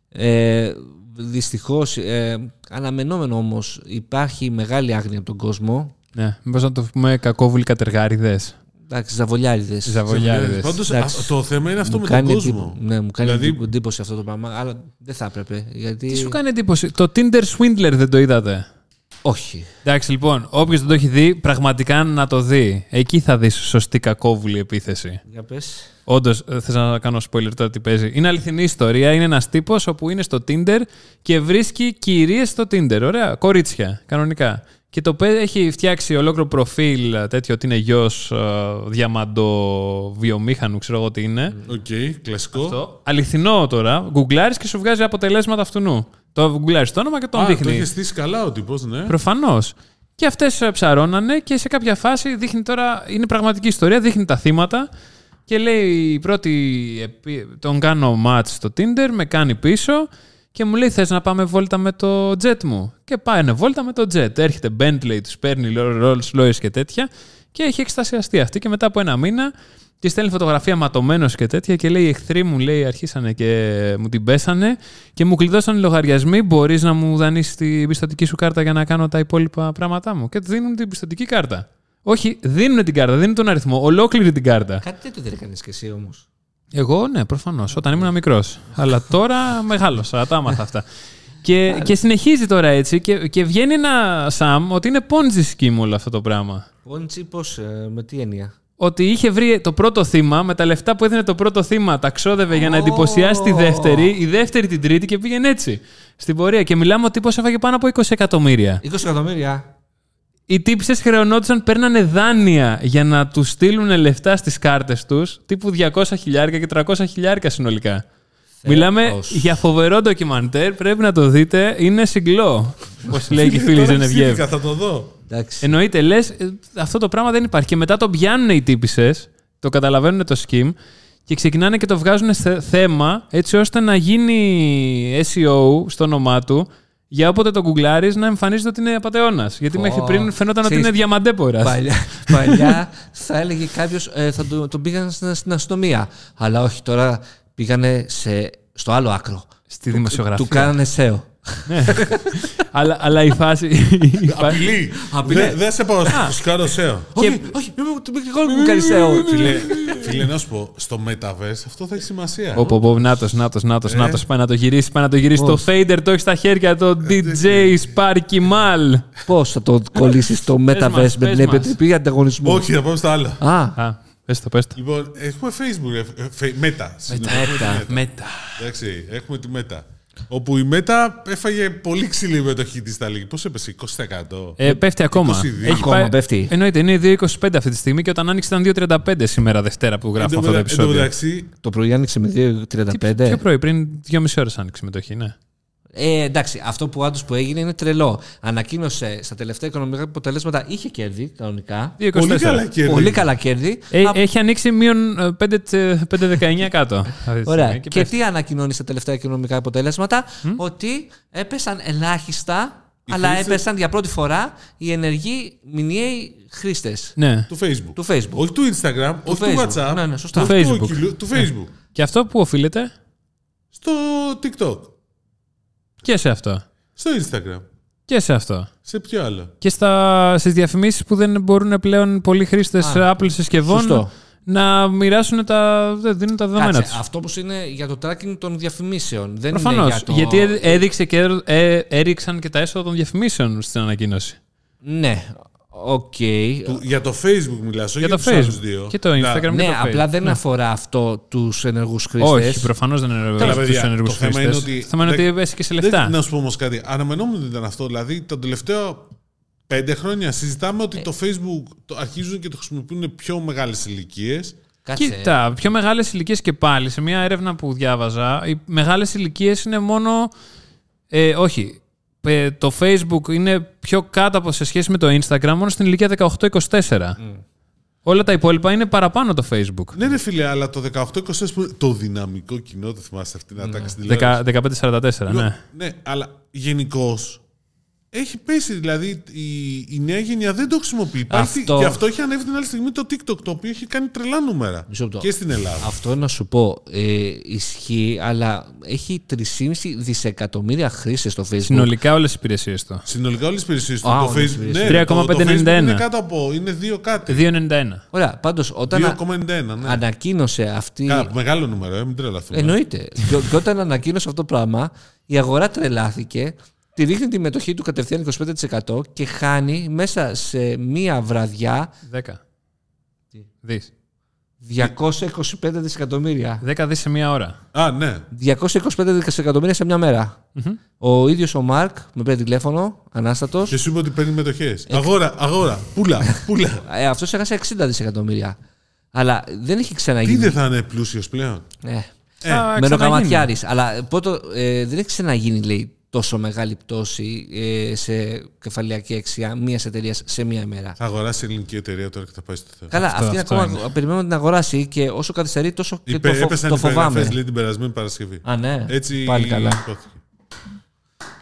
Speaker 3: Ε, δυστυχώς, ε, αναμενόμενο όμως, υπάρχει μεγάλη άγνοια από τον κόσμο.
Speaker 1: ναι, μήπως να το πούμε κακόβουλοι κατεργάριδες.
Speaker 3: Εντάξει, ζαβολιάριδες.
Speaker 1: Ζαβολιάριδες.
Speaker 2: Ε, Πάντως,
Speaker 3: Εντάξει.
Speaker 2: α- το θέμα είναι αυτό
Speaker 3: Μου
Speaker 2: με τον
Speaker 3: κάνει
Speaker 2: κόσμο.
Speaker 3: εντύπω- ναι, μου κάνει
Speaker 2: Δηλαδή-
Speaker 3: εντύπω- εντύπωση αυτό το πράγμα, αλλά δεν θα έπρεπε. Γιατί...
Speaker 1: Τι σου κάνει εντύπωση. Το Tinder Swindler δεν το είδατε.
Speaker 3: Όχι.
Speaker 1: Εντάξει, λοιπόν, όποιος δεν το έχει δει, πραγματικά να το δει. Εκεί θα δεις σωστή κακόβουλη επίθεση.
Speaker 3: Για πες.
Speaker 1: Όντως, θε ε, να κάνω spoiler τώρα τι παίζει. Είναι αληθινή ιστορία. Είναι ένας τύπος όπου είναι στο Tinder και βρίσκει κυρίες στο Tinder. Ωραία, κορίτσια, κανονικά. Και το παί- έχει φτιάξει ολόκληρο προφίλ ε, τέτοιο ότι είναι γιος διαμαντοβιομήχανου, ξέρω εγώ τι είναι.
Speaker 2: Οκ, κλασικό.
Speaker 1: Αυτό. Αληθινό τώρα. Γκουγκλάρεις και σου βγάζει αποτελέσματα αυτού νου. Το γκουγκλάρεις το όνομα και τον
Speaker 2: Α,
Speaker 1: δείχνει.
Speaker 2: το είχε στήσει καλά ο τύπος, ναι.
Speaker 1: Προφανώς. Και αυτές ψαρώνανε και σε κάποια φάση δείχνει τώρα. Είναι πραγματική ιστορία, δείχνει τα θύματα και λέει η πρώτη. επί- Τον κάνω match στο Tinder, με κάνει πίσω και μου λέει: Θες να πάμε βόλτα με το jet μου. Και πάνε βόλτα με το jet. Έρχεται Bentley, τους παίρνει Rolls Royce και τέτοια. Και έχει εκστασιαστεί αυτή. Και μετά από ένα μήνα τη στέλνει φωτογραφία ματωμένος και τέτοια και λέει: «Οι Εχθροί μου, λέει, αρχίσανε και μου την πέσανε και μου κλειδώσαν οι λογαριασμοί. Μπορείς να μου δανείσεις την πιστοτική σου κάρτα για να κάνω τα υπόλοιπα πράγματά μου. Και του δίνουν την πιστοτική κάρτα. Όχι, δίνουν την κάρτα, δίνουν τον αριθμό, ολόκληρη την κάρτα.
Speaker 3: Κάτι τέτοιο δεν έκανες κι εσύ όμως.
Speaker 1: Εγώ, ναι, προφανώς. Όταν ήμουν μικρός. Αλλά τώρα μεγάλωσα, τα άμαθα αυτά. Και, και συνεχίζει τώρα έτσι και, και βγαίνει ένα Σαμ ότι είναι ponzi scheme όλο αυτό το πράγμα.
Speaker 3: Πόντσι πώς, ε, με τι έννοια.
Speaker 1: Ότι είχε βρει το πρώτο θύμα, με τα λεφτά που έδινε το πρώτο θύμα, τα ξόδευε για να
Speaker 3: Ω.
Speaker 1: εντυπωσιάσει τη δεύτερη, η δεύτερη την τρίτη και πήγαινε έτσι στην πορεία. Και μιλάμε ότι τύπος έφαγε πάνω από 20 εκατομμύρια.
Speaker 3: 20 εκατομμύρια.
Speaker 1: Οι τύψε χρεωνόντουσαν, παίρνανε δάνεια για να τους στείλουν λεφτά στις κάρτες τους, τύπου 200 χιλιάρικα και 300 χιλιάρικα συνολικά. Μιλάμε για φοβερό ντοκιμαντέρ, πρέπει να το δείτε, είναι συγκλό. Όπως λέει και η φίλη
Speaker 2: Τώρα
Speaker 1: Ζενεβιέβ.
Speaker 2: ψήθηκα, Θα το δω.
Speaker 3: Εντάξει.
Speaker 1: Εννοείται, λες, αυτό το πράγμα δεν υπάρχει. Και μετά το πιάνουν οι τύπησε, το καταλαβαίνουν το σκιμ και ξεκινάνε και το βγάζουν σε θέμα έτσι ώστε να γίνει SEO στο όνομά του για όποτε το γκουγκλάρεις να εμφανίζεται ότι είναι απαταιώνας. Γιατί
Speaker 3: Ω,
Speaker 1: μέχρι πριν φαινόταν ότι
Speaker 3: ξέρεις,
Speaker 1: είναι διαμαντέμπορα.
Speaker 3: Παλιά, παλιά θα έλεγε κάποιος θα τον, τον πήγαν στην, στην αστυνομία. Αλλά όχι, τώρα πήγανε σε, στο άλλο άκρο.
Speaker 1: Στη δημοσιογραφία.
Speaker 3: Του κάνανε E SEO.
Speaker 1: αλλά, αλλά η φάση. η φάση-
Speaker 2: Απειλή.
Speaker 3: Απειλή.
Speaker 2: Δεν δεν σε πάω στο σκάρο σέο.
Speaker 3: Όχι, όχι, μην μου τον πήγε μου κάνεις SEO.
Speaker 2: Φίλε, φίλε, να σου πω, στο Metaverse αυτό θα έχει σημασία.
Speaker 1: Πω, πω, πω, νάτος, νάτος,
Speaker 3: Ε.
Speaker 1: νάτος, νάτος, πάει να το γυρίσει, πάει να το γυρίσει. Το fader το έχεις στα χέρια, το DJ Sparky Mal.
Speaker 3: Πώς θα το κολλήσεις στο
Speaker 1: μας,
Speaker 3: Metaverse με
Speaker 1: πες
Speaker 3: την
Speaker 1: μας.
Speaker 3: επιτροπή ανταγωνισμού.
Speaker 2: Όχι, θα πάμε στα άλλα.
Speaker 3: Α,
Speaker 1: Α, πες το, πες το.
Speaker 2: Λοιπόν, έχουμε Facebook, ρε, ε, φε- Meta. συγγνώμη,
Speaker 1: Μέτα, μέτα.
Speaker 2: Εντάξει, έχουμε τη Meta. Όπου η Meta έφαγε πολύ ξύλη μετοχή της στα λίγη. Πώς έπεσε, 20%.
Speaker 1: Ε, πέφτει ακόμα.
Speaker 2: 22.
Speaker 3: Ακόμα πέφτει.
Speaker 1: Εννοείται, είναι 2,25 αυτή τη στιγμή και όταν άνοιξε ήταν 2,35 σήμερα Δευτέρα που
Speaker 2: Εν τω
Speaker 1: γράφουμε αυτό το
Speaker 2: μετα- Εν τω
Speaker 1: επεισόδιο.
Speaker 2: μεταξύ,
Speaker 3: το πρωί άνοιξε με
Speaker 1: Τι- Πιο
Speaker 3: 2.35.
Speaker 1: πρωί, πριν 2,5 ώρες άνοιξε η μετοχή, ναι.
Speaker 3: Ε, εντάξει, αυτό που άντως που έγινε είναι τρελό. Ανακοίνωσε στα τελευταία οικονομικά αποτελέσματα, είχε κέρδη κανονικά.
Speaker 1: 2,24.
Speaker 2: πολύ καλά κέρδη.
Speaker 3: Πολύ καλά κέρδη.
Speaker 1: Ε,
Speaker 3: Απ'
Speaker 1: έχει ανοίξει μείον ε, 5, 5,19 κάτω. αυτή τη
Speaker 3: Ωραία.
Speaker 1: στιγμή
Speaker 3: Και,
Speaker 1: πέφτει.
Speaker 3: τι ανακοινώνει στα τελευταία κοινωνικά αποτελέσματα, ότι έπεσαν ελάχιστα, αλλά
Speaker 2: χρήστες-
Speaker 3: έπεσαν για πρώτη φορά οι ενεργοί μηνιαίοι χρήστες
Speaker 1: Ναι.
Speaker 2: Του Facebook.
Speaker 3: του Facebook.
Speaker 2: Όχι του Instagram, όχι του
Speaker 3: Facebook.
Speaker 2: WhatsApp.
Speaker 3: Ναι, ναι, σωστά.
Speaker 2: όχι
Speaker 1: Του Facebook. Ναι.
Speaker 2: Του, Oculus, του Facebook.
Speaker 1: Και αυτό που οφείλεται
Speaker 2: Στο TikTok.
Speaker 1: και σε αυτό.
Speaker 2: Στο Instagram.
Speaker 1: Και σε αυτό.
Speaker 2: Σε ποιο άλλο.
Speaker 1: Και στα, στις διαφημίσεις που δεν μπορούν πλέον πολλοί χρήστες Apple συσκευών
Speaker 3: σωστό.
Speaker 1: να μοιράσουν τα, δεν δίνουν τα δεδομένα
Speaker 3: Κάτσε,
Speaker 1: τους.
Speaker 3: αυτό όμω είναι για το tracking των διαφημίσεων. Δεν
Speaker 1: Προφανώ.
Speaker 3: είναι Ε, ναι, για το...
Speaker 1: Γιατί έ- έδειξε και έρω- ε, έριξαν και τα έσοδα των διαφημίσεων στην ανακοίνωση.
Speaker 3: Ναι, οκ.
Speaker 2: Του- Για το Facebook μιλάς, όχι
Speaker 1: Για
Speaker 2: για,
Speaker 1: το
Speaker 2: τους άλλους δύο.
Speaker 1: Facebook. Και το
Speaker 2: Να-
Speaker 1: Instagram. και
Speaker 3: Ναι,
Speaker 1: το Facebook.
Speaker 3: απλά δεν αφορά αυτό τους ενεργούς χρήστε.
Speaker 1: Όχι, προφανώς δεν
Speaker 2: Καλά,
Speaker 1: είναι
Speaker 2: παιδιά,
Speaker 1: του ενεργούς
Speaker 2: το θέμα
Speaker 1: χρήστες.
Speaker 2: είναι
Speaker 1: Το
Speaker 2: ότι-
Speaker 1: θέμα είναι ότι
Speaker 2: δεν-
Speaker 1: έσυκε σε
Speaker 2: Δεν,
Speaker 1: λεφτά.
Speaker 2: να σου πω όμως κάτι. Αναμενόμενο ήταν αυτό. Δηλαδή, τα τελευταία πέντε χρόνια συζητάμε
Speaker 3: Ε.
Speaker 2: ότι το Facebook το αρχίζουν και το χρησιμοποιούν πιο μεγάλες ηλικίες.
Speaker 3: Κάτσε.
Speaker 1: Κοίτα, πιο μεγάλες ηλικίες και πάλι, σε μια έρευνα που διάβαζα, οι μεγάλες ηλικίες είναι μόνο. Ε, όχι. Ε, το Facebook είναι πιο κάτω από σε σχέση με το Instagram μόνο στην ηλικία 18-24. Όλα τα υπόλοιπα είναι παραπάνω το Facebook.
Speaker 2: Ναι, ρε φίλε, αλλά το 18-24 που είναι το δυναμικό κοινό, το θυμάστε αυτή την ατάκα στην τηλεόραση.
Speaker 1: 15-44, ναι.
Speaker 2: ναι, αλλά γενικώς έχει πέσει. Δηλαδή η, η νέα γενιά δεν το χρησιμοποιεί. Υπάρχει-
Speaker 3: Αυτό-
Speaker 2: Και αυτό έχει ανέβει την άλλη στιγμή το TikTok, το οποίο έχει κάνει τρελά νούμερα.
Speaker 3: Μισό λεπτό.
Speaker 2: Και στην Ελλάδα.
Speaker 3: Αυτό να σου πω ε, ισχύει, αλλά έχει 3,5 δισεκατομμύρια χρήστες στο Facebook.
Speaker 1: Συνολικά όλες οι υπηρεσίες του.
Speaker 2: Συνολικά όλες τι υπηρεσίε του.
Speaker 3: Α,
Speaker 2: το
Speaker 3: όλες τις
Speaker 2: Facebook,
Speaker 3: υπηρεσίες.
Speaker 2: ναι, το- το Facebook
Speaker 1: 3,591.
Speaker 2: είναι κάτω από. Είναι δύο κάτι.
Speaker 1: 2,91.
Speaker 3: Ωραία, πάντως όταν α-
Speaker 2: 2,91. Ναι.
Speaker 3: ανακοίνωσε αυτή.
Speaker 2: Κα- μεγάλο νούμερο, ε, μην τρελαθούμε.
Speaker 3: Εννοείται. και, και όταν ανακοίνωσε αυτό το πράγμα, η αγορά τρελάθηκε, τη ρίχνει τη μετοχή του κατευθείαν 25% και χάνει μέσα σε μία βραδιά
Speaker 1: 10. Δι.
Speaker 3: 225 δισεκατομμύρια.
Speaker 1: 10 δις σε μία ώρα.
Speaker 2: Α, ναι.
Speaker 3: 225 δισεκατομμύρια σε μια μερα Ο ίδιος ο Μάρκ με παίρνει τηλέφωνο, ανάστατος.
Speaker 2: Και σου είπε ότι παίρνει μετοχές. Αγόρα, αγόρα. Πούλα, πούλα.
Speaker 3: Ε, Αυτός έχασε 60 δισεκατομμύρια. Αλλά δεν έχει
Speaker 2: Τι
Speaker 3: ξαναγίνει.
Speaker 2: δεν θα είναι πλούσιος πλέον.
Speaker 3: Ε,
Speaker 1: Θα ξαναγίνει.
Speaker 3: Μεροκαματιάρης. Αλλά πότε, ε, δεν έχει ξαναγίνει, λέει, τόσο μεγάλη πτώση ε, σε κεφαλαιακή αξία μιας εταιρείας σε μία μέρα.
Speaker 2: Θα αγοράσει η ελληνική εταιρεία τώρα και θα πάει στο Θεό.
Speaker 3: Καλά,
Speaker 1: Αυτό-
Speaker 3: αυτή
Speaker 1: αυτό
Speaker 3: ακόμα περιμένουμε να την αγοράσει και όσο καθυστερεί, τόσο και
Speaker 2: Υπε-
Speaker 3: το, φο-
Speaker 2: Έπεσαν
Speaker 3: το
Speaker 2: οι περιγραφέ,
Speaker 3: φοβάμαι.
Speaker 2: λέει την περασμένη Παρασκευή.
Speaker 3: Α, ναι.
Speaker 2: Έτσι
Speaker 3: Πάλι καλά.
Speaker 2: υπόθηκε.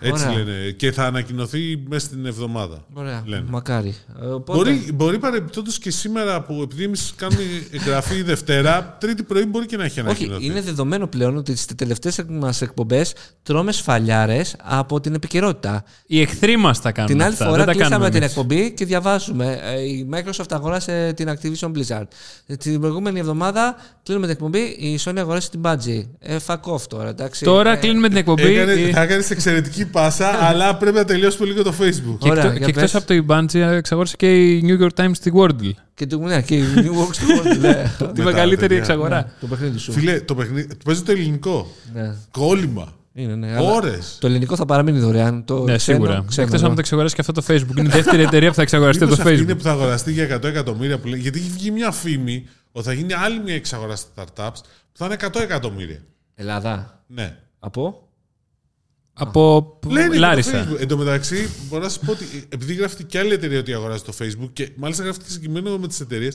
Speaker 2: Έτσι
Speaker 3: Ωραία.
Speaker 2: λένε. Και θα ανακοινωθεί μέσα στην εβδομάδα.
Speaker 3: Ωραία.
Speaker 2: λένε.
Speaker 3: Μακάρι. Ε, οπότε-
Speaker 2: Μπορεί, μπορεί παρεμπιπτόντως και σήμερα που επειδή εμείς κάνουμε εγγραφή Δευτέρα, Τρίτη πρωί μπορεί και να έχει
Speaker 3: Όχι,
Speaker 2: ανακοινωθεί.
Speaker 3: είναι δεδομένο πλέον ότι στις τελευταίες μας εκπομπές τρώμε σφαλιάρες από την επικαιρότητα.
Speaker 1: Οι εχθροί μας τα κάνουν.
Speaker 3: Την άλλη
Speaker 1: αυτά,
Speaker 3: φορά
Speaker 1: δεν τα
Speaker 3: κλείσαμε
Speaker 1: κάνουμε
Speaker 3: την
Speaker 1: εμείς.
Speaker 3: εκπομπή και διαβάζουμε. ε, Η Microsoft αγόρασε την Activision Blizzard. Ε, Την προηγούμενη εβδομάδα κλείνουμε την εκπομπή. Η Sony αγοράσει την Bungie. Ε, fuck off τώρα, εντάξει.
Speaker 1: Τώρα
Speaker 3: Ε,
Speaker 1: κλείνουμε την εκπομπή.
Speaker 2: Έκανε,
Speaker 1: ε,
Speaker 2: Θα έκανες εξαιρετική πάσα, αλλά πρέπει να τελειώσουμε λίγο το Facebook.
Speaker 1: Και,
Speaker 3: Ωραία,
Speaker 1: εκτό
Speaker 3: για
Speaker 1: και
Speaker 3: πες.
Speaker 1: εκτός από το Ιμπάντζι, εξαγόρασε και η New York Times στη Wordle.
Speaker 3: Και, του- ναι, και η New Works του World, ναι.
Speaker 1: Τη
Speaker 2: Μετά,
Speaker 1: μεγαλύτερη
Speaker 2: παιδιά.
Speaker 1: εξαγορά.
Speaker 3: Το παιχνίδι σου.
Speaker 2: Φίλε, το παιχνίδι. Παίζω το ελληνικό.
Speaker 3: Ναι.
Speaker 2: Κόλλημα.
Speaker 3: Είναι, ναι, αλλά
Speaker 2: Ώρες.
Speaker 3: Το ελληνικό θα παραμείνει δωρεάν. Το
Speaker 1: Ναι,
Speaker 3: ξένο-
Speaker 1: σίγουρα.
Speaker 3: ξένο,
Speaker 1: Εκτός
Speaker 3: ναι.
Speaker 1: αν το εξαγοράσει και αυτό το Facebook. Είναι η δεύτερη εταιρεία που θα εξαγοραστεί από το
Speaker 2: αυτή είναι
Speaker 1: Facebook.
Speaker 2: που θα αγοραστεί για 100 εκατομμύρια. Που λέει, γιατί έχει βγει μια φήμη ότι θα γίνει άλλη μια εξαγορά στα startups που θα είναι 100 εκατομμύρια.
Speaker 3: Ελλάδα.
Speaker 2: Ναι.
Speaker 3: Από.
Speaker 1: Από
Speaker 2: Λένε Λάρισα.
Speaker 1: Λάρισα.
Speaker 2: Το Facebook. Εν τω μεταξύ, μπορώ να σα πω ότι επειδή γράφτηκε και άλλη εταιρεία ότι αγοράζει το Facebook και μάλιστα γράφτηκε συγκεκριμένο με τις εταιρείες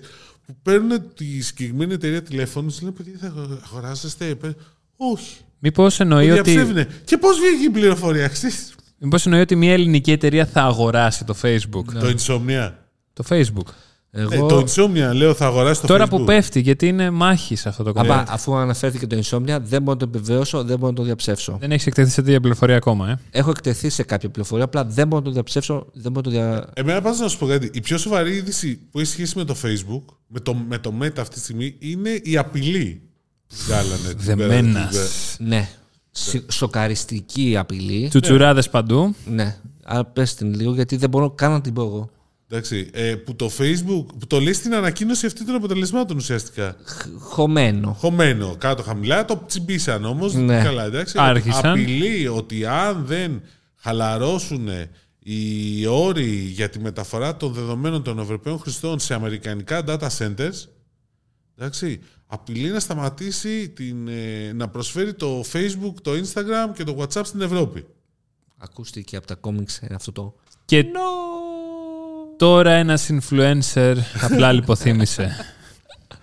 Speaker 2: που παίρνουν τη συγκεκριμένη εταιρεία τηλέφωνο και λένε Παιδιά, θα αγοράζεστε. Πε- Όχι.
Speaker 1: Μήπως εννοεί,
Speaker 2: Το
Speaker 1: ότι...
Speaker 2: διαψεύδουνε. Και πώς βγήκε η πληροφορία, ξέρεις?
Speaker 1: μήπως εννοεί ότι μια ελληνική εταιρεία θα αγοράσει το Facebook.
Speaker 3: Ναι.
Speaker 2: Το Insomnia.
Speaker 1: Το Facebook.
Speaker 2: Ναι,
Speaker 3: Εγώ...
Speaker 2: το Insomnia, λέω, θα αγοράσει το
Speaker 1: Τώρα
Speaker 2: Facebook. Ναι.
Speaker 1: που πέφτει, γιατί είναι μάχης σε αυτό το κομμάτι.
Speaker 3: Απα- αφού αναφέρθηκε το Insomnia, δεν μπορώ να το επιβεβαιώσω, δεν μπορώ να το διαψεύσω.
Speaker 1: Δεν έχεις εκτεθεί σε τέτοια πληροφορία ακόμα, ε.
Speaker 3: Έχω εκτεθεί σε κάποια πληροφορία, απλά δεν μπορώ να το διαψεύσω, δεν μπορώ να το δια...
Speaker 2: Εμένα πάντως να σου πω κάτι. Η πιο σοβαρή είδηση που έχει σχέση με το Facebook, με το, με το Meta αυτή τη στιγμή, είναι η απειλή που βγάλανε. την
Speaker 1: Δεμένας.
Speaker 2: πέρα-
Speaker 3: Ναι. Συ- Σοκαριστική απειλή.
Speaker 1: Τσουτσουράδες παντού.
Speaker 3: Ναι. Άρα πες την λίγο, γιατί δεν μπορώ καν να την πω εγώ.
Speaker 2: Εντάξει, ε, που το Facebook, που το λέει στην ανακοίνωση αυτή των αποτελεσμάτων ουσιαστικά.
Speaker 3: Χ- Χωμένο.
Speaker 2: Χωμένο, κάτω χαμηλά, το τσιμπήσαν όμως.
Speaker 3: Ναι.
Speaker 2: Καλά, εντάξει.
Speaker 1: Άρχισαν.
Speaker 2: Απειλή ότι αν δεν χαλαρώσουν οι όροι για τη μεταφορά των δεδομένων των Ευρωπαίων χρηστών σε αμερικανικά data centers, εντάξει, απειλεί να σταματήσει την, ε, να προσφέρει το Facebook, το Instagram και το WhatsApp στην Ευρώπη.
Speaker 3: Ακούστηκε από τα κόμιξ ε, αυτό το.
Speaker 1: Και τώρα ένας influencer απλά λιποθύμησε.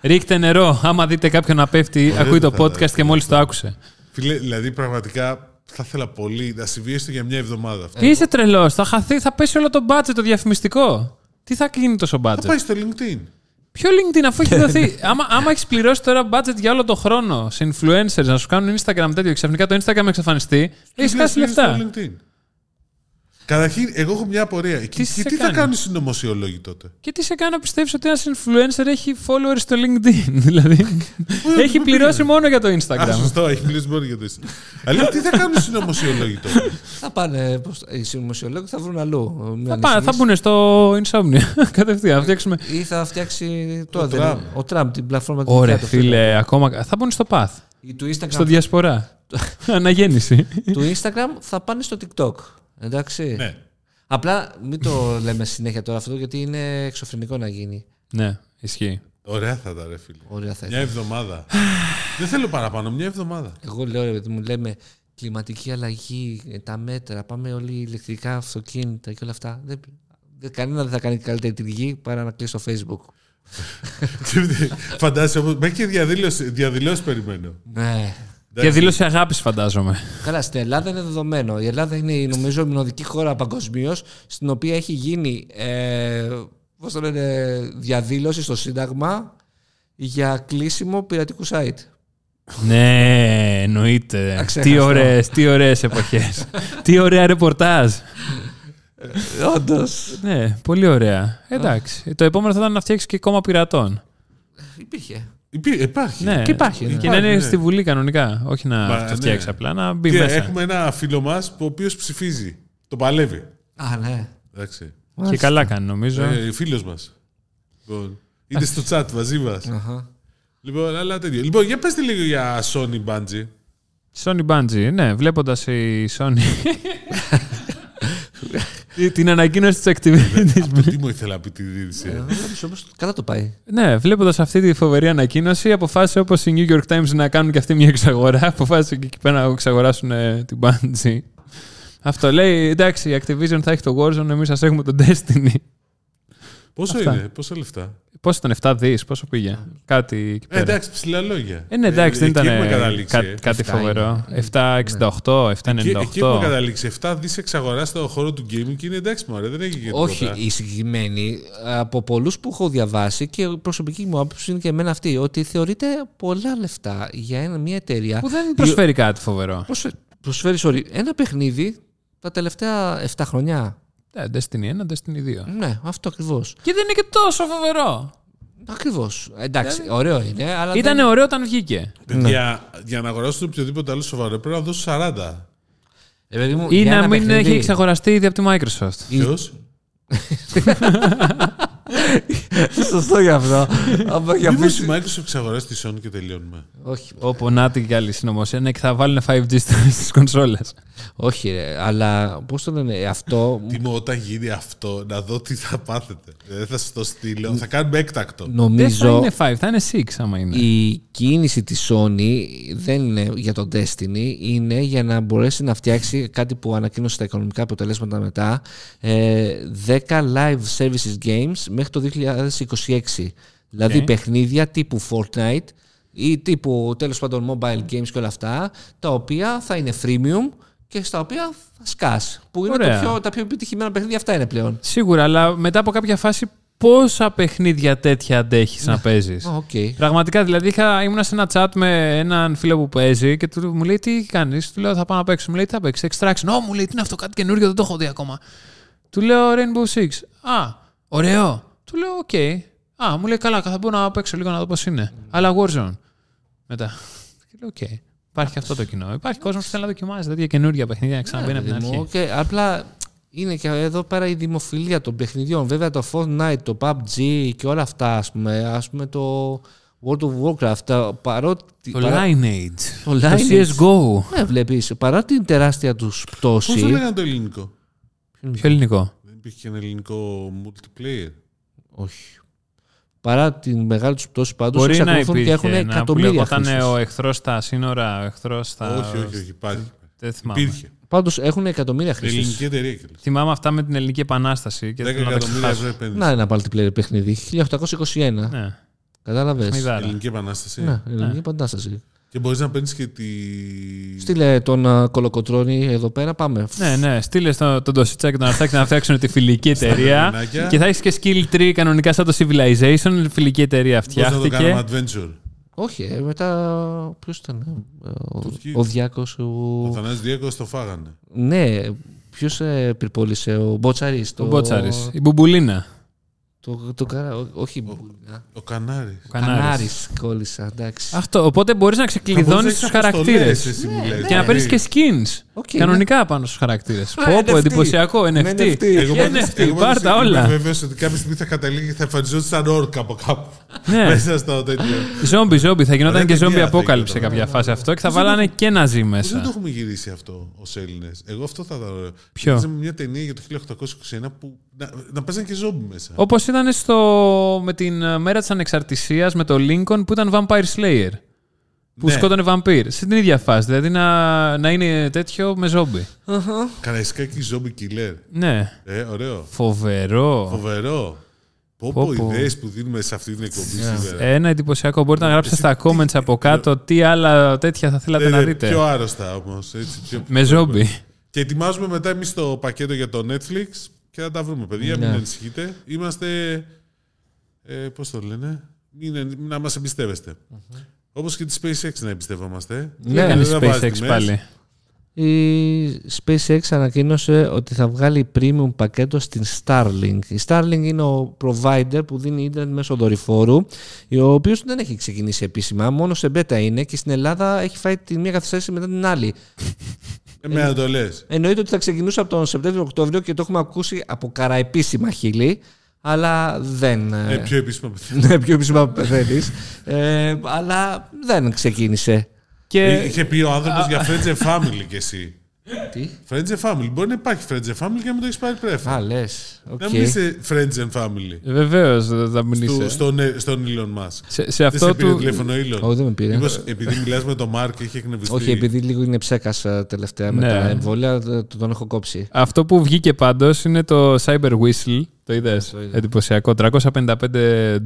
Speaker 1: Ρίχτε νερό, άμα δείτε κάποιον να πέφτει, ακούει το
Speaker 2: θα-
Speaker 1: podcast και μόλις το άκουσε.
Speaker 2: Φίλε, δηλαδή πραγματικά θα ήθελα πολύ να συμβεί έστω για μια εβδομάδα αυτό.
Speaker 1: Τι είσαι τρελός, θα χαθεί, θα πέσει όλο το budget το διαφημιστικό. Τι θα γίνει τόσο
Speaker 2: Θα
Speaker 1: budget.
Speaker 2: πάει Ναι, στο LinkedIn.
Speaker 1: Ποιο LinkedIn αφού έχει δοθεί. άμα άμα έχεις πληρώσει τώρα budget για όλο το χρόνο σε influencers να σου κάνουν Instagram τέτοιο, ξαφνικά το Instagram εξαφανιστεί, έχει
Speaker 2: Λες,
Speaker 1: χάσει
Speaker 2: είναι στο
Speaker 1: Ε, λεφτά.
Speaker 2: LinkedIn. Καταρχήν, εγώ έχω μια απορία. Και-
Speaker 1: σε
Speaker 2: και τι θα
Speaker 1: κάνει?
Speaker 2: κάνουν οι συνωμοσιολόγοι τότε.
Speaker 1: Και τι σε κάνει να πιστεύεις ότι ένας influencer έχει followers στο LinkedIn. Δηλαδή. έχει πληρώσει μόνο για το
Speaker 2: Α,
Speaker 1: Instagram.
Speaker 2: σωστό, έχει μιλήσει μόνο για το Instagram. Αλλά τι θα κάνουν οι συνωμοσιολόγοι τότε.
Speaker 3: Θα πάνε. πώς- Οι συνωμοσιολόγοι θα βρουν αλλού. ε, μια
Speaker 1: Θα, πά, θα
Speaker 3: ανησυχία.
Speaker 1: μπουν στο Insomnia. Κατευθείαν. Θα φτιάξουμε.
Speaker 3: Ή θα φτιάξει τώρα. δεν
Speaker 2: Τραμπ.
Speaker 3: είναι, Ο Τραμπ την πλατφόρμα την
Speaker 1: Ωραία,
Speaker 3: δικιά του.
Speaker 1: φίλε, ακόμα. Θα μπουν στο Path.
Speaker 3: Ή Του Instagram,
Speaker 1: Στο Διασπορά. Αναγέννηση.
Speaker 3: του Instagram θα πάνε στο TikTok. Εντάξει.
Speaker 2: Ναι.
Speaker 3: Απλά μην το λέμε συνέχεια τώρα αυτό γιατί είναι εξωφρενικό να γίνει.
Speaker 1: ναι, ισχύει.
Speaker 2: Ωραία θα ήταν, ρε φίλε.
Speaker 3: Ωραία θα
Speaker 2: Μια
Speaker 3: είναι.
Speaker 2: εβδομάδα. Δεν θέλω παραπάνω, μια εβδομάδα.
Speaker 3: Εγώ λέω, ρε παιδί μου, λέμε κλιματική αλλαγή, ε, τα μέτρα, πάμε όλοι ηλεκτρικά αυτοκίνητα και όλα αυτά. Δεν, δεν- κανένας δεν θα κάνει καλύτερη τη γη παρά να κλείσει το Facebook.
Speaker 2: Φαντάζεσαι όμως, μέχρι και διαδήλωση, διαδηλώσεις περιμένω.
Speaker 3: Ναι.
Speaker 1: Και δήλωση αγάπης, φαντάζομαι.
Speaker 3: Καλά, στην Ελλάδα είναι δεδομένο. Η Ελλάδα είναι, η, νομίζω, η μηνοδική χώρα παγκοσμίως, στην οποία έχει γίνει ε, πώς το λένε, διαδήλωση στο Σύνταγμα για κλείσιμο πειρατικού site.
Speaker 1: ναι, εννοείται.
Speaker 3: Αξέχαστο.
Speaker 1: Τι ωραίες τι ωραίες εποχές. τι ωραία ρεπορτάζ.
Speaker 3: Όντως.
Speaker 1: ναι, πολύ ωραία. Εντάξει. το επόμενο θα ήταν να φτιάξεις και κόμμα πειρατών.
Speaker 3: Υπήρχε.
Speaker 2: Υπή- Υπάρχει.
Speaker 1: Ναι.
Speaker 3: Και υπάρχει, ναι.
Speaker 1: Και να είναι
Speaker 2: ναι.
Speaker 1: στη Βουλή κανονικά. Όχι να
Speaker 2: Μα,
Speaker 1: το φτιάξει
Speaker 2: ναι.
Speaker 1: απλά, να μπει
Speaker 2: Και
Speaker 1: μέσα.
Speaker 2: έχουμε ένα φίλο μας ο οποίος ψηφίζει. Το παλεύει.
Speaker 3: Α, ναι.
Speaker 2: Εντάξει.
Speaker 1: Και καλά κάνει νομίζω.
Speaker 2: Ε, Φίλος μας. Λοιπόν, είναι στο chat μαζί μας.
Speaker 3: Αχα.
Speaker 2: Λοιπόν, αλλά τέτοιο. Λοιπόν, για πετε λίγο για Sony Bungie.
Speaker 1: Sony Bungie, ναι, βλέποντας η Sony. Τι- την ανακοίνωση της Activision.
Speaker 2: Από τι μου ήθελα να πει τη δίδυση. ε.
Speaker 3: Βλέπεις όμως, Καλά το πάει.
Speaker 1: ναι, βλέποντας αυτή τη φοβερή ανακοίνωση, αποφάσισε όπως οι New York Times να κάνουν και αυτή μια εξαγορά. Αποφάσισε και εκεί πέρα να εξαγοράσουν ε, την Bungie. Αυτό λέει, εντάξει, η Activision θα έχει το Warzone, εμείς σας έχουμε το Destiny.
Speaker 2: Πόσο
Speaker 1: Αυτά.
Speaker 2: είναι, πόσα λεφτά.
Speaker 1: Πόσο ήταν, 7 δις, πόσο πήγε. Κάτι εκεί
Speaker 2: Ναι. Ε,
Speaker 1: πέρα.
Speaker 2: εντάξει, ψηλά λόγια.
Speaker 1: Ε, ναι, εντάξει, δεν
Speaker 2: εκεί
Speaker 1: ήταν
Speaker 2: έχουμε
Speaker 1: ε,
Speaker 2: καταλήξει.
Speaker 1: κά-
Speaker 2: ε. Ναι.
Speaker 1: κάτι
Speaker 3: Αυτά
Speaker 1: φοβερό.
Speaker 3: είναι.
Speaker 1: 7,68,
Speaker 2: Εκεί- Εκεί έχουμε
Speaker 1: 7,98.
Speaker 2: καταλήξει. 7 δις εξαγορά στο χώρο του gaming και είναι εντάξει, μωρέ, δεν έχει γίνει
Speaker 3: Όχι,
Speaker 2: τίποτα.
Speaker 3: η συγκεκριμένη, από πολλούς που έχω διαβάσει και η προσωπική μου άποψη είναι και εμένα αυτή, ότι θεωρείται πολλά λεφτά για ένα- μια εταιρεία.
Speaker 1: Που δεν προσφέρει κάτι φοβερό.
Speaker 3: Προσφέρει, προσφέρει sorry, ένα παιχνίδι τα τελευταία 7 χρονιά.
Speaker 1: Ε, Destiny 1, Destiny 2.
Speaker 3: Ναι, αυτό ακριβώς.
Speaker 1: Και δεν είναι και τόσο φοβερό.
Speaker 3: Ακριβώς. Εντάξει, ωραίο είναι, αλλά.
Speaker 1: Ήταν
Speaker 3: δεν...
Speaker 1: ωραίο όταν βγήκε.
Speaker 2: Για, για να αγοράσουν οποιοδήποτε άλλο σοβαρό πρέπει να δώσω 40.
Speaker 3: Ε, παιδί μου,
Speaker 1: Ή
Speaker 3: για
Speaker 1: να
Speaker 3: ένα
Speaker 1: μην
Speaker 3: παιχνίδι-
Speaker 1: έχει εξαγοραστεί ήδη από τη Microsoft.
Speaker 2: Ποιος.
Speaker 3: Σωστό γι' αυτό. Άμα για
Speaker 2: Μήπω
Speaker 3: πεις-
Speaker 2: η Microsoft εξαγοράσει της Sony και τελειώνουμε.
Speaker 3: Όχι,
Speaker 1: Όπου να την κι άλλη συνωμοσία. Ναι, και θα βάλουν 5G στις κονσόλες.
Speaker 3: όχι, ρε, αλλά πώς το λένε, αυτό.
Speaker 2: Τι μου, όταν γίνει αυτό, να δω τι θα πάθετε. Δεν θα σας το στείλω. Θα κάνουμε έκτακτο.
Speaker 1: Δεν θα
Speaker 3: νομίζω
Speaker 1: είναι 5, θα είναι 6 άμα είναι.
Speaker 3: η κίνηση της Sony δεν είναι για τον Destiny, είναι για να μπορέσει να φτιάξει κάτι που ανακοίνωσε τα οικονομικά αποτελέσματα μετά, ε, 10 live services games μέχρι το 2026. Δηλαδή παιχνίδια τύπου Fortnite ή τύπου τέλος πάντων mobile games και όλα αυτά, τα οποία θα είναι freemium και στα οποία θα σκάς. Που είναι το
Speaker 1: Ωραία.
Speaker 3: πιο, τα πιο επιτυχημένα παιχνίδια αυτά είναι πλέον.
Speaker 1: Σίγουρα, αλλά μετά από κάποια φάση, πόσα παιχνίδια τέτοια αντέχεις
Speaker 3: Ναι.
Speaker 1: να παίζει.
Speaker 3: Α, Οκ.
Speaker 1: Πραγματικά, δηλαδή είχα, ήμουν σε ένα chat με έναν φίλο που παίζει και του, μου λέει τι κάνεις. Του λέω θα πάω να παίξω. Μου λέει τι θα παίξει. Extraction. Ω, μου λέει τι είναι αυτό, κάτι καινούριο, δεν το έχω δει ακόμα. Του λέω Rainbow Six. Α, ωραίο. Του λέω οκ. Α, μου λέει καλά, θα μπορώ να παίξω λίγο να δω πώς είναι. Αλλά Warzone. Μετά. Και λέω οκ. Υπάρχει και αυτό το κοινό. Υπάρχει κόσμος που θέλει να δοκιμάζει τέτοια καινούργια παιχνίδια να ξαναμπαίνει Ναι, από την
Speaker 3: Μου,
Speaker 1: αρχή.
Speaker 3: και απλά είναι και εδώ πέρα η δημοφιλία των παιχνιδιών. Βέβαια το Fortnite, το PUBG και όλα αυτά, ας πούμε, ας πούμε το World of Warcraft, τα- παρότι...
Speaker 1: Το
Speaker 3: παρά-
Speaker 1: Lineage.
Speaker 3: Το
Speaker 1: Το
Speaker 3: Lineage.
Speaker 1: CSGO.
Speaker 3: Ναι, βλέπεις, παρά την τεράστια τους
Speaker 2: Πώ
Speaker 3: πτώση...
Speaker 2: το λέγανε το ελληνικό.
Speaker 1: Πιο ελληνικό.
Speaker 2: Δεν υπήρχε και ένα ελληνικό multiplayer.
Speaker 3: Όχι. Παρά την μεγάλη τους πτώση πάντως,
Speaker 1: Μπορεί να
Speaker 3: εξακολουθούν
Speaker 1: υπήρχε
Speaker 3: και έχουν
Speaker 1: ένα που
Speaker 3: εκατομμύρια
Speaker 1: λεγόταν
Speaker 3: χρήστες.
Speaker 1: ο εχθρός στα σύνορα, ο εχθρός στα.
Speaker 2: όχι, όχι, όχι, υπάρχει.
Speaker 1: Δεν θυμάμαι.
Speaker 2: Υπήρχε.
Speaker 3: Πάντως έχουν εκατομμύρια
Speaker 2: Η
Speaker 3: χρήστες.
Speaker 2: ελληνική εταιρεία και λες.
Speaker 1: Θυμάμαι αυτά με την Ελληνική Επανάσταση. Και
Speaker 2: 10
Speaker 1: δεν θέλω να τα
Speaker 2: εκατομμύρια ευρώ
Speaker 1: ξεχάσω.
Speaker 2: επένδυση.
Speaker 3: Να ένα multiplayer παιχνίδι, 1821,
Speaker 1: Ναι,
Speaker 3: κατάλαβες.
Speaker 1: μηδάρα.
Speaker 2: Ελληνική επανάσταση.
Speaker 3: Ναι, ελληνική παντάσταση.
Speaker 2: Και μπορείς να παίρνεις και τη.
Speaker 3: Στείλε τον α, κολοκοτρώνη εδώ πέρα, πάμε.
Speaker 1: Ναι, ναι, στείλε στο- τον Τωσίτσα και τον Αρτάκη να φτιάξουν τη φιλική εταιρεία.
Speaker 2: κανονάκια.
Speaker 1: και θα έχεις και skill tree κανονικά σαν το Civilization. Φιλική εταιρεία
Speaker 2: Πώ να το κάνουμε
Speaker 1: φτιάχτηκε.
Speaker 2: adventure.
Speaker 3: Όχι, ε, μετά. Ποιος ήταν. ε, ο-
Speaker 2: Τουρκοί.
Speaker 3: Ο Διάκος. Ο...
Speaker 2: Ο Θανάσης Διέκος το φάγανε.
Speaker 3: Ναι, Ποιος ε, πυρπόλησε, ο Μπότσαρη.
Speaker 1: Ο Μπότσαρη. Η Μπουμπουλίνα.
Speaker 3: Το, το, καρα- ό- όχι. Μπουλίνα.
Speaker 2: Ο Κανάρης.
Speaker 1: Ο Κανάρης.
Speaker 3: Κανάρης κόλλησα, εντάξει.
Speaker 1: Αυτό. Οπότε μπορείς να ξεκλειδώνεις του χαρακτήρε. Ναι,
Speaker 2: Ε,
Speaker 1: Και
Speaker 2: ναι.
Speaker 1: να παίρνεις και skins.
Speaker 3: Οκ,
Speaker 1: Κανονικά πάνω στους χαρακτήρες.
Speaker 4: Α,
Speaker 1: Πω, πω,
Speaker 4: NFT.
Speaker 1: εντυπωσιακό. NFT.
Speaker 4: NFT.
Speaker 1: Και NFT, πάρ' τα Ναι, όλα.
Speaker 2: Βέβαιος ότι κάποια στιγμή θα καταλήγει και θα εμφανιζόταν σαν όρκα από κάπου.
Speaker 1: Ναι.
Speaker 2: Μέσα στο τέτοιο.
Speaker 1: Ζόμπι, ζόμπι. Θα γινόταν
Speaker 2: Ωραία
Speaker 1: και
Speaker 2: ταινία
Speaker 1: ζόμπι
Speaker 2: θα
Speaker 1: απόκαλυψη σε
Speaker 2: γινόταν.
Speaker 1: κάποια φάση αυτό και θα βάλανε και ναζί
Speaker 2: Δεν το
Speaker 1: μέσα.
Speaker 2: έχουμε γυρίσει αυτό ως Έλληνες. Εγώ αυτό θα ήταν ωραίο.
Speaker 1: Ποιο?
Speaker 2: Παίζαμε μια ταινία για το 1821 που να, να παίζανε και ζόμπι μέσα.
Speaker 1: Όπως ήταν στο, με την ε, μέρα της ανεξαρτησίας με τον Lincoln που ήταν Vampire Slayer. Που
Speaker 2: Ναι.
Speaker 1: σκότωνε βαμπύρ. Στην ίδια φάση. Δηλαδή να, να είναι τέτοιο με ζόμπι.
Speaker 2: Καραϊσκάκι ζόμπι killer.
Speaker 1: Ναι.
Speaker 2: Ε, ωραίο.
Speaker 1: Φοβερό.
Speaker 2: Φοβερό. Πω
Speaker 1: Πω,
Speaker 2: πω,
Speaker 1: πω. Ναι. Ε,
Speaker 2: ιδέες που δίνουμε σε αυτή την εκπομπή σήμερα.
Speaker 1: Ένα εντυπωσιακό. Μπορείτε να γράψετε στα comments από κάτω τι άλλα τέτοια θα θέλατε
Speaker 2: Ε,
Speaker 1: να
Speaker 2: ναι,
Speaker 1: δείτε.
Speaker 2: Πιο άρρωστα όμως. έτσι, πιο-
Speaker 1: Με ζόμπι.
Speaker 2: Και ετοιμάζουμε μετά εμείς το πακέτο για το Netflix και θα τα βρούμε, παιδιά.
Speaker 1: Ναι.
Speaker 2: Μην ανησυχείτε. Είμαστε. Ε, Πώς το λένε. Μην, εν- να μας εμπιστεύεστε. Όπως και τη SpaceX να εμπιστεύομαστε.
Speaker 1: Ναι,
Speaker 2: Δεν
Speaker 1: κάνει
Speaker 2: θα βάζει
Speaker 1: SpaceX
Speaker 2: τιμές.
Speaker 1: πάλι.
Speaker 3: Η SpaceX ανακοίνωσε ότι θα βγάλει premium πακέτο στην Starlink. Η Starlink είναι ο provider που δίνει ίντερνετ μέσω δορυφόρου, ο οποίος δεν έχει ξεκινήσει επίσημα, μόνο σε beta είναι και στην Ελλάδα έχει φάει τη μία καθυστέρηση μετά την άλλη.
Speaker 2: Εμένα το λε.
Speaker 3: Εννοείται ότι θα ξεκινούσε από τον Σεπτέμβριο-Οκτώβριο και το έχουμε ακούσει από καραεπίσημα χείλη, αλλά δεν. ε,
Speaker 2: Ε, πιο επίσημα.
Speaker 3: ναι, πιο επίσημα πεθαίνεις. ε, αλλά δεν ξεκίνησε.
Speaker 1: Και
Speaker 2: Ε, Είχε πει ο άνθρωπος για Friends and Family κι εσύ.
Speaker 3: Τι?
Speaker 2: Friends and Family. Μπορεί να υπάρχει Friends and Family και να μην το έχεις πάρει πρέφα.
Speaker 3: Α, λες.
Speaker 2: Να μην είσαι Friends and Family.
Speaker 1: βεβαίω θα μιλήσει.
Speaker 2: Του- στον, ε, στον Elon Musk.
Speaker 1: Σε, σε
Speaker 2: Δεν σε
Speaker 1: αυτό
Speaker 2: πήρε
Speaker 1: του.
Speaker 2: τηλέφωνο Elon.
Speaker 3: Όχι, δεν με πήρε.
Speaker 2: Μήπως επειδή μιλάς με τον Μάρκ είχε εκνευριστεί.
Speaker 3: Όχι, επειδή λίγο είναι ψέκας τελευταία με
Speaker 1: Ναι.
Speaker 3: τα εμβόλια, δε- το- τον έχω κόψει.
Speaker 1: Αυτό που βγήκε πάντως είναι το Cyber Whistle. Το είδες. Εντυπωσιακό. 355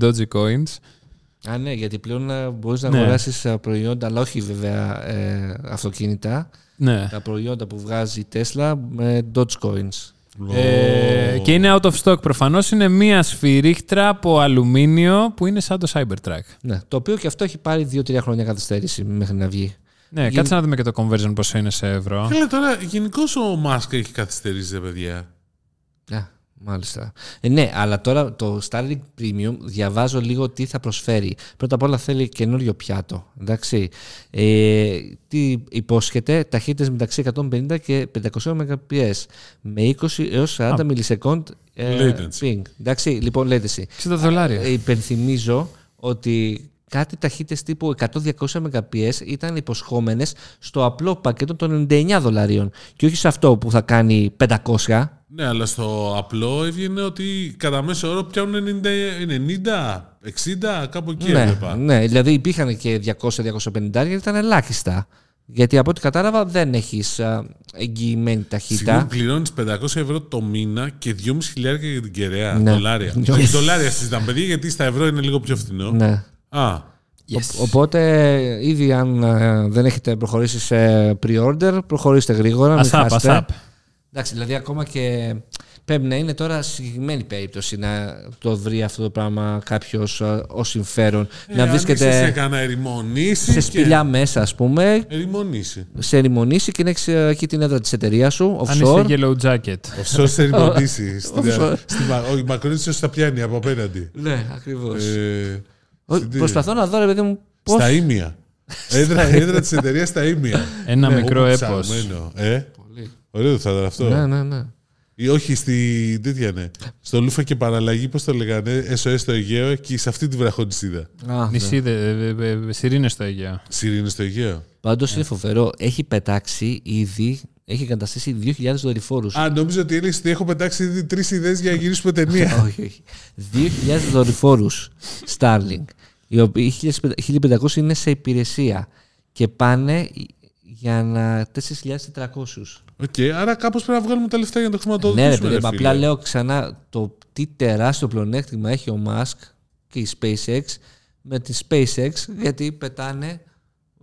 Speaker 1: Dogecoins. Coins.
Speaker 3: Α, ναι, γιατί πλέον μπορείς να
Speaker 1: Ναι.
Speaker 3: αγοράσεις προϊόντα, αλλά όχι βέβαια ε, αυτοκίνητα.
Speaker 1: Ναι.
Speaker 3: Τα προϊόντα που βγάζει η Tesla με Dogecoins.
Speaker 1: Ε, και είναι out of stock προφανώς. Είναι μία σφυρίχτρα από αλουμίνιο που είναι σαν το Cybertruck.
Speaker 3: Ναι, το οποίο και αυτό έχει πάρει 2-3 χρόνια καθυστέρηση μέχρι να βγει.
Speaker 1: Ναι, κάτσε να δούμε και το conversion πόσο είναι σε ευρώ.
Speaker 2: Καλά τώρα, γενικώς ο Μάσκ έχει καθυστερήσει, ρε παιδιά.
Speaker 3: Α, μάλιστα. Ε, ναι, αλλά τώρα το Starlink Premium διαβάζω λίγο τι θα προσφέρει. Πρώτα απ' όλα θέλει καινούριο πιάτο. Εντάξει. Ε, τι υπόσχεται, ταχύτητες μεταξύ 150 και 500 Mbps με 20 έως 40 millisecond ε,
Speaker 2: Latency.
Speaker 3: ping. Εντάξει, λοιπόν, latency.
Speaker 1: 60 δολάρια.
Speaker 3: Ε, υπενθυμίζω ότι κάτι ταχύτητες τύπου 100-200 Mbps ήταν υποσχόμενες στο απλό πακέτο των 99 δολαρίων και όχι σε αυτό που θα κάνει 500
Speaker 2: Ναι, αλλά στο απλό έβγαινε ότι κατά μέσο όρο πιάνουν 90, 90 60, κάπου εκεί
Speaker 3: ναι,
Speaker 2: έβλεπα.
Speaker 3: ναι, δηλαδή υπήρχαν και 200-250 γιατί ήταν ελάχιστα. Γιατί από ό,τι κατάλαβα δεν έχεις εγγυημένη
Speaker 2: Συγγνώμη,
Speaker 3: ταχύτητα.
Speaker 2: πληρώνει 500 ευρώ το μήνα και 2.500 για την κεραία.
Speaker 3: Ναι.
Speaker 2: Δολάρια.
Speaker 3: Yes.
Speaker 2: Όχι, δολάρια συζητάμε, παιδιά, γιατί στα ευρώ είναι λίγο πιο φθηνό.
Speaker 3: Ναι.
Speaker 2: Α,
Speaker 3: Ο- οπότε ήδη αν ε, δεν έχετε προχωρήσει σε pre-order, προχωρήστε γρήγορα. μην
Speaker 1: Ασάπ,
Speaker 3: χάσετε.
Speaker 1: ασάπ.
Speaker 3: Εντάξει, δηλαδή ακόμα και πρέπει να είναι τώρα συγκεκριμένη περίπτωση να το βρει αυτό το πράγμα κάποιος ως συμφέρον. να
Speaker 2: Ε, αν
Speaker 3: βρίσκεται
Speaker 2: είσαι σε κανένα ερημονήσει.
Speaker 3: σε σπηλιά μέσα, ας πούμε,
Speaker 2: Ερημονήσει.
Speaker 3: σε ρημονήσει και να έχεις εκεί την έδρα της εταιρείας σου,
Speaker 1: Αν είσαι
Speaker 3: offshore.
Speaker 1: yellow jacket.
Speaker 2: Offshore σε ερημονήσει.
Speaker 3: Offshore.
Speaker 2: Ο Μακρόνισο τα πιάνει από απέναντι.
Speaker 3: Ναι, ακριβώς.
Speaker 2: Ε,
Speaker 3: Ο-
Speaker 2: στην τι-
Speaker 3: Προσπαθώ να δω, ρε παιδί μου, πώς.
Speaker 2: Στα ίμια. Έδρα, έδρα της εταιρείας στα ίμια. Ε,
Speaker 1: Ένα μικρό
Speaker 2: Όπου
Speaker 1: έπο.
Speaker 2: ψαγμένο, Ε. Ωραίο θα ήταν αυτό.
Speaker 3: Ναι, ναι, ναι.
Speaker 2: Ή όχι, στη τέτοια ναι. Στο Λούφα και παραλλαγή, πώς το λέγανε, SOS στο Αιγαίο και σε αυτή τη βραχονισίδα.
Speaker 3: Α, ναι.
Speaker 1: Νησί, σιρήνες στο Αιγαίο.
Speaker 2: Σιρήνη στο Αιγαίο.
Speaker 3: Πάντως είναι φοβερό. Έχει πετάξει ήδη, έχει εγκαταστήσει 2.000 δορυφόρους.
Speaker 2: Α, νομίζω ότι έλεγες ότι έχω πετάξει ήδη τρεις ιδέες για να γυρίσουμε ταινία.
Speaker 3: όχι, όχι. 2.000 δορυφόρους Starlink. Οι οποίοι 1.500 είναι σε υπηρεσία και πάνε για να 4.400.
Speaker 2: Οκ, άρα κάπως πρέπει να βγάλουμε τα λεφτά για να το
Speaker 3: Ναι,
Speaker 2: χρηματοδοτήσουμε.
Speaker 3: ρε παιδί,
Speaker 2: φίλε.
Speaker 3: απλά λέω ξανά το τι τεράστιο πλεονέκτημα έχει ο Musk και η SpaceX με τη SpaceX γιατί πετάνε.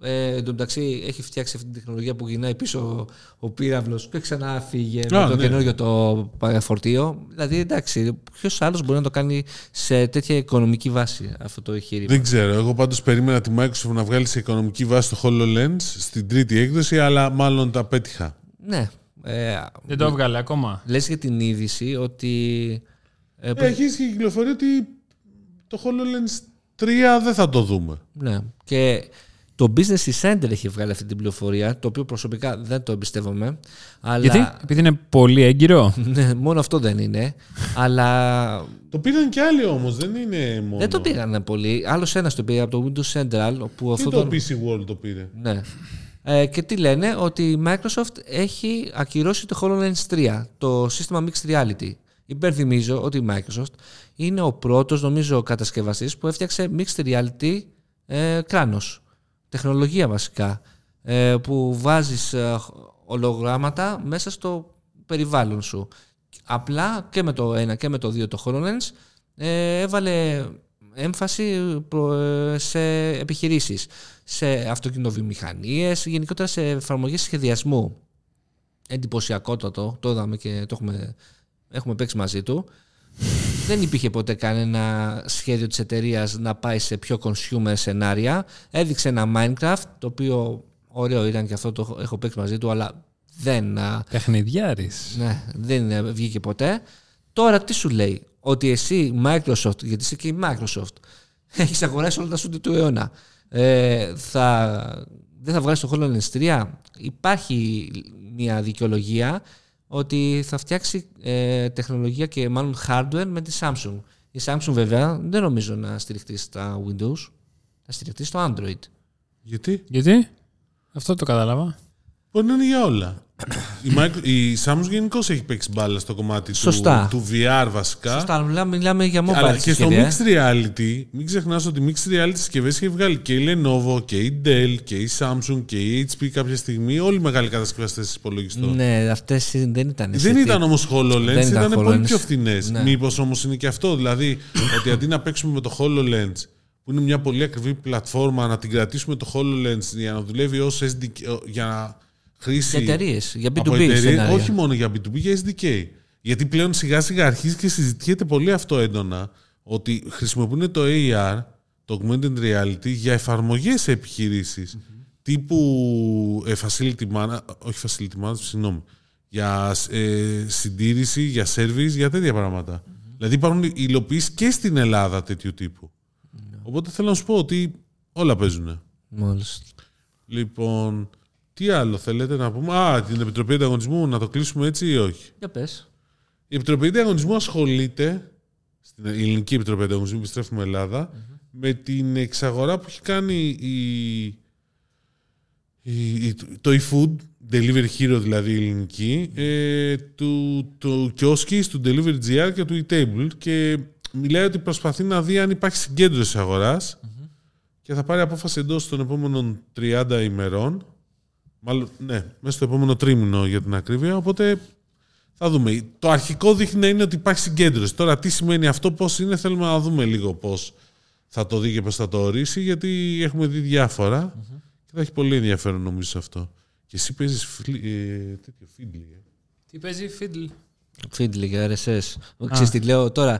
Speaker 3: Ε, εν τω μεταξύ έχει φτιάξει αυτή την τεχνολογία που γυρνάει πίσω ο πύραυλος και ξανά φύγε με
Speaker 2: Α,
Speaker 3: το
Speaker 2: ναι.
Speaker 3: καινούριο το φορτίο. Δηλαδή εντάξει, ποιος άλλος μπορεί να το κάνει σε τέτοια οικονομική βάση αυτό το εγχείρημα.
Speaker 2: Δεν ξέρω. Εγώ πάντως περίμενα τη Microsoft να βγάλει σε οικονομική βάση το HoloLens στην τρίτη έκδοση, αλλά μάλλον τα πέτυχα.
Speaker 3: Ναι, Ε,
Speaker 1: Δεν το έβγαλε ακόμα.
Speaker 3: λες για την είδηση ότι... ε, προ-
Speaker 2: Έχει και κυκλοφορεί ότι το HoloLens 3 δεν θα το δούμε.
Speaker 3: Ναι. Και το Business Center έχει βγάλει αυτή την πληροφορία, το οποίο προσωπικά δεν το εμπιστεύομαι. Αλλά...
Speaker 1: Γιατί? Επειδή είναι πολύ έγκυρο.
Speaker 3: Ναι, μόνο αυτό δεν είναι. αλλά
Speaker 2: Το πήραν κι άλλοι όμως, δεν είναι μόνο.
Speaker 3: δεν το πήραν πολύ. Άλλος ένας το πήρε από το Windows Central. Όπου
Speaker 2: Τι
Speaker 3: αυτό
Speaker 2: το
Speaker 3: τον-
Speaker 2: PC World το πήρε.
Speaker 3: Ναι. Ε, και τι λένε, ότι η Microsoft έχει ακυρώσει το HoloLens 3, το σύστημα Mixed Reality. Υπενθυμίζω ότι η Microsoft είναι ο πρώτος, νομίζω, κατασκευαστής που έφτιαξε Mixed Reality ε, κράνος. Τεχνολογία βασικά, ε, που βάζεις ε, ολογράμματα μέσα στο περιβάλλον σου. Απλά και με το 1 και με το 2 το HoloLens ε, έβαλε έμφαση προ- ε, σε επιχειρήσεις, σε αυτοκινητοβιομηχανίες, γενικότερα σε εφαρμογές σχεδιασμού. Εντυπωσιακότατο, το είδαμε και το έχουμε, έχουμε παίξει μαζί του. Δεν υπήρχε ποτέ κανένα σχέδιο της εταιρείας να πάει σε πιο consumer σενάρια. Έδειξε ένα Minecraft, το οποίο ωραίο ήταν και αυτό το έχω- έχω παίξει μαζί του, αλλά δεν α,
Speaker 1: Παιχνιδιάρη.
Speaker 3: ναι, δεν ε, βγήκε ποτέ. Τώρα τι σου λέει, ότι εσύ Microsoft, γιατί είσαι και η Microsoft, έχεις αγοράσει όλα τα σούντι του αιώνα, ε, θα, δεν θα βγάλεις το HoloLens 3. Υπάρχει μια δικαιολογία ότι θα φτιάξει ε, τεχνολογία και μάλλον hardware με τη Samsung. Η Samsung βέβαια δεν νομίζω να στηριχτεί στα Windows, θα στηριχτεί στο Android.
Speaker 2: Γιατί?
Speaker 1: Γιατί? Αυτό το κατάλαβα.
Speaker 2: Μπορεί να είναι για όλα. η, Micro- η Samsung γενικώς έχει παίξει μπάλα στο κομμάτι του-
Speaker 3: Σωστά.
Speaker 2: του, VR βασικά.
Speaker 3: Σωστά, μιλάμε, μιλάμε για mobile
Speaker 2: Αλλά και στο
Speaker 3: συσκευή, ε.
Speaker 2: mixed reality, μην ξεχνάς ότι mixed reality συσκευές έχει βγάλει και η Lenovo και η Dell και η Samsung και η HP κάποια στιγμή. Όλοι οι μεγάλοι κατασκευαστές υπολογιστών.
Speaker 3: Ναι, αυτές δεν ήταν.
Speaker 2: Δεν
Speaker 3: σε
Speaker 2: ήταν όμως HoloLens,
Speaker 3: Δεν ήταν
Speaker 2: ήταν πολύ
Speaker 3: HoloLens.
Speaker 2: πιο φθηνές.
Speaker 3: Ναι.
Speaker 2: Μήπως όμως είναι και αυτό, δηλαδή ότι αντί να παίξουμε με το HoloLens, που είναι μια πολύ ακριβή πλατφόρμα, να την κρατήσουμε το HoloLens για να δουλεύει ως SDK, ε, για να χρήση.
Speaker 3: Για εταιρείες, για
Speaker 2: από
Speaker 3: B2B
Speaker 2: εταιρείες,
Speaker 3: σενάρια.
Speaker 2: όχι μόνο για B2B, για SDK. Γιατί πλέον σιγά σιγά αρχίζει και συζητιέται πολύ αυτό έντονα, ότι χρησιμοποιούν το AR, το Augmented Reality, για εφαρμογές σε επιχειρησεις Τύπου ε, facility manager, όχι facility manager, συγγνώμη, για ε, συντήρηση, για service, για τέτοια πράγματα. Δηλαδή υπάρχουν υλοποιήσεις και στην Ελλάδα τέτοιου τύπου. Οπότε θέλω να σου πω ότι όλα παίζουν.
Speaker 3: Μόλις.
Speaker 2: Λοιπόν, τι άλλο θέλετε να πούμε. Α, την Επιτροπή Ανταγωνισμού, να το κλείσουμε έτσι ή όχι.
Speaker 3: Για πες.
Speaker 2: Η Επιτροπή Ανταγωνισμού ασχολείται, στην Ελληνική Επιτροπή Ανταγωνισμού, επιστρέφουμε Ελλάδα, με την εξαγορά που έχει κάνει η, η- η- το eFood, Delivery Hero δηλαδή η ελληνική, ε, του, του Kioskis, του Delivery GR και του eTable και μιλάει ότι προσπαθεί να δει αν υπάρχει συγκέντρωση αγοράς και θα πάρει απόφαση εντός των επόμενων 30 ημερών. Μάλλον, ναι, μέσα στο επόμενο τρίμηνο για την ακρίβεια. Οπότε θα δούμε. Το αρχικό δείχνει να είναι ότι υπάρχει συγκέντρωση. Τώρα τι σημαίνει αυτό, πώς είναι, θέλουμε να δούμε λίγο πώς θα το δει και πώς θα το ορίσει, γιατί έχουμε δει διαφορα και θα έχει πολύ ενδιαφέρον νομίζω σε αυτό. Και εσύ παίζεις φλι- ε, τέτοιο φίντλι. ε.
Speaker 1: Τι παίζει Φίτλ.
Speaker 3: Feedly και RSS. Ξέρεις τι λέω τώρα,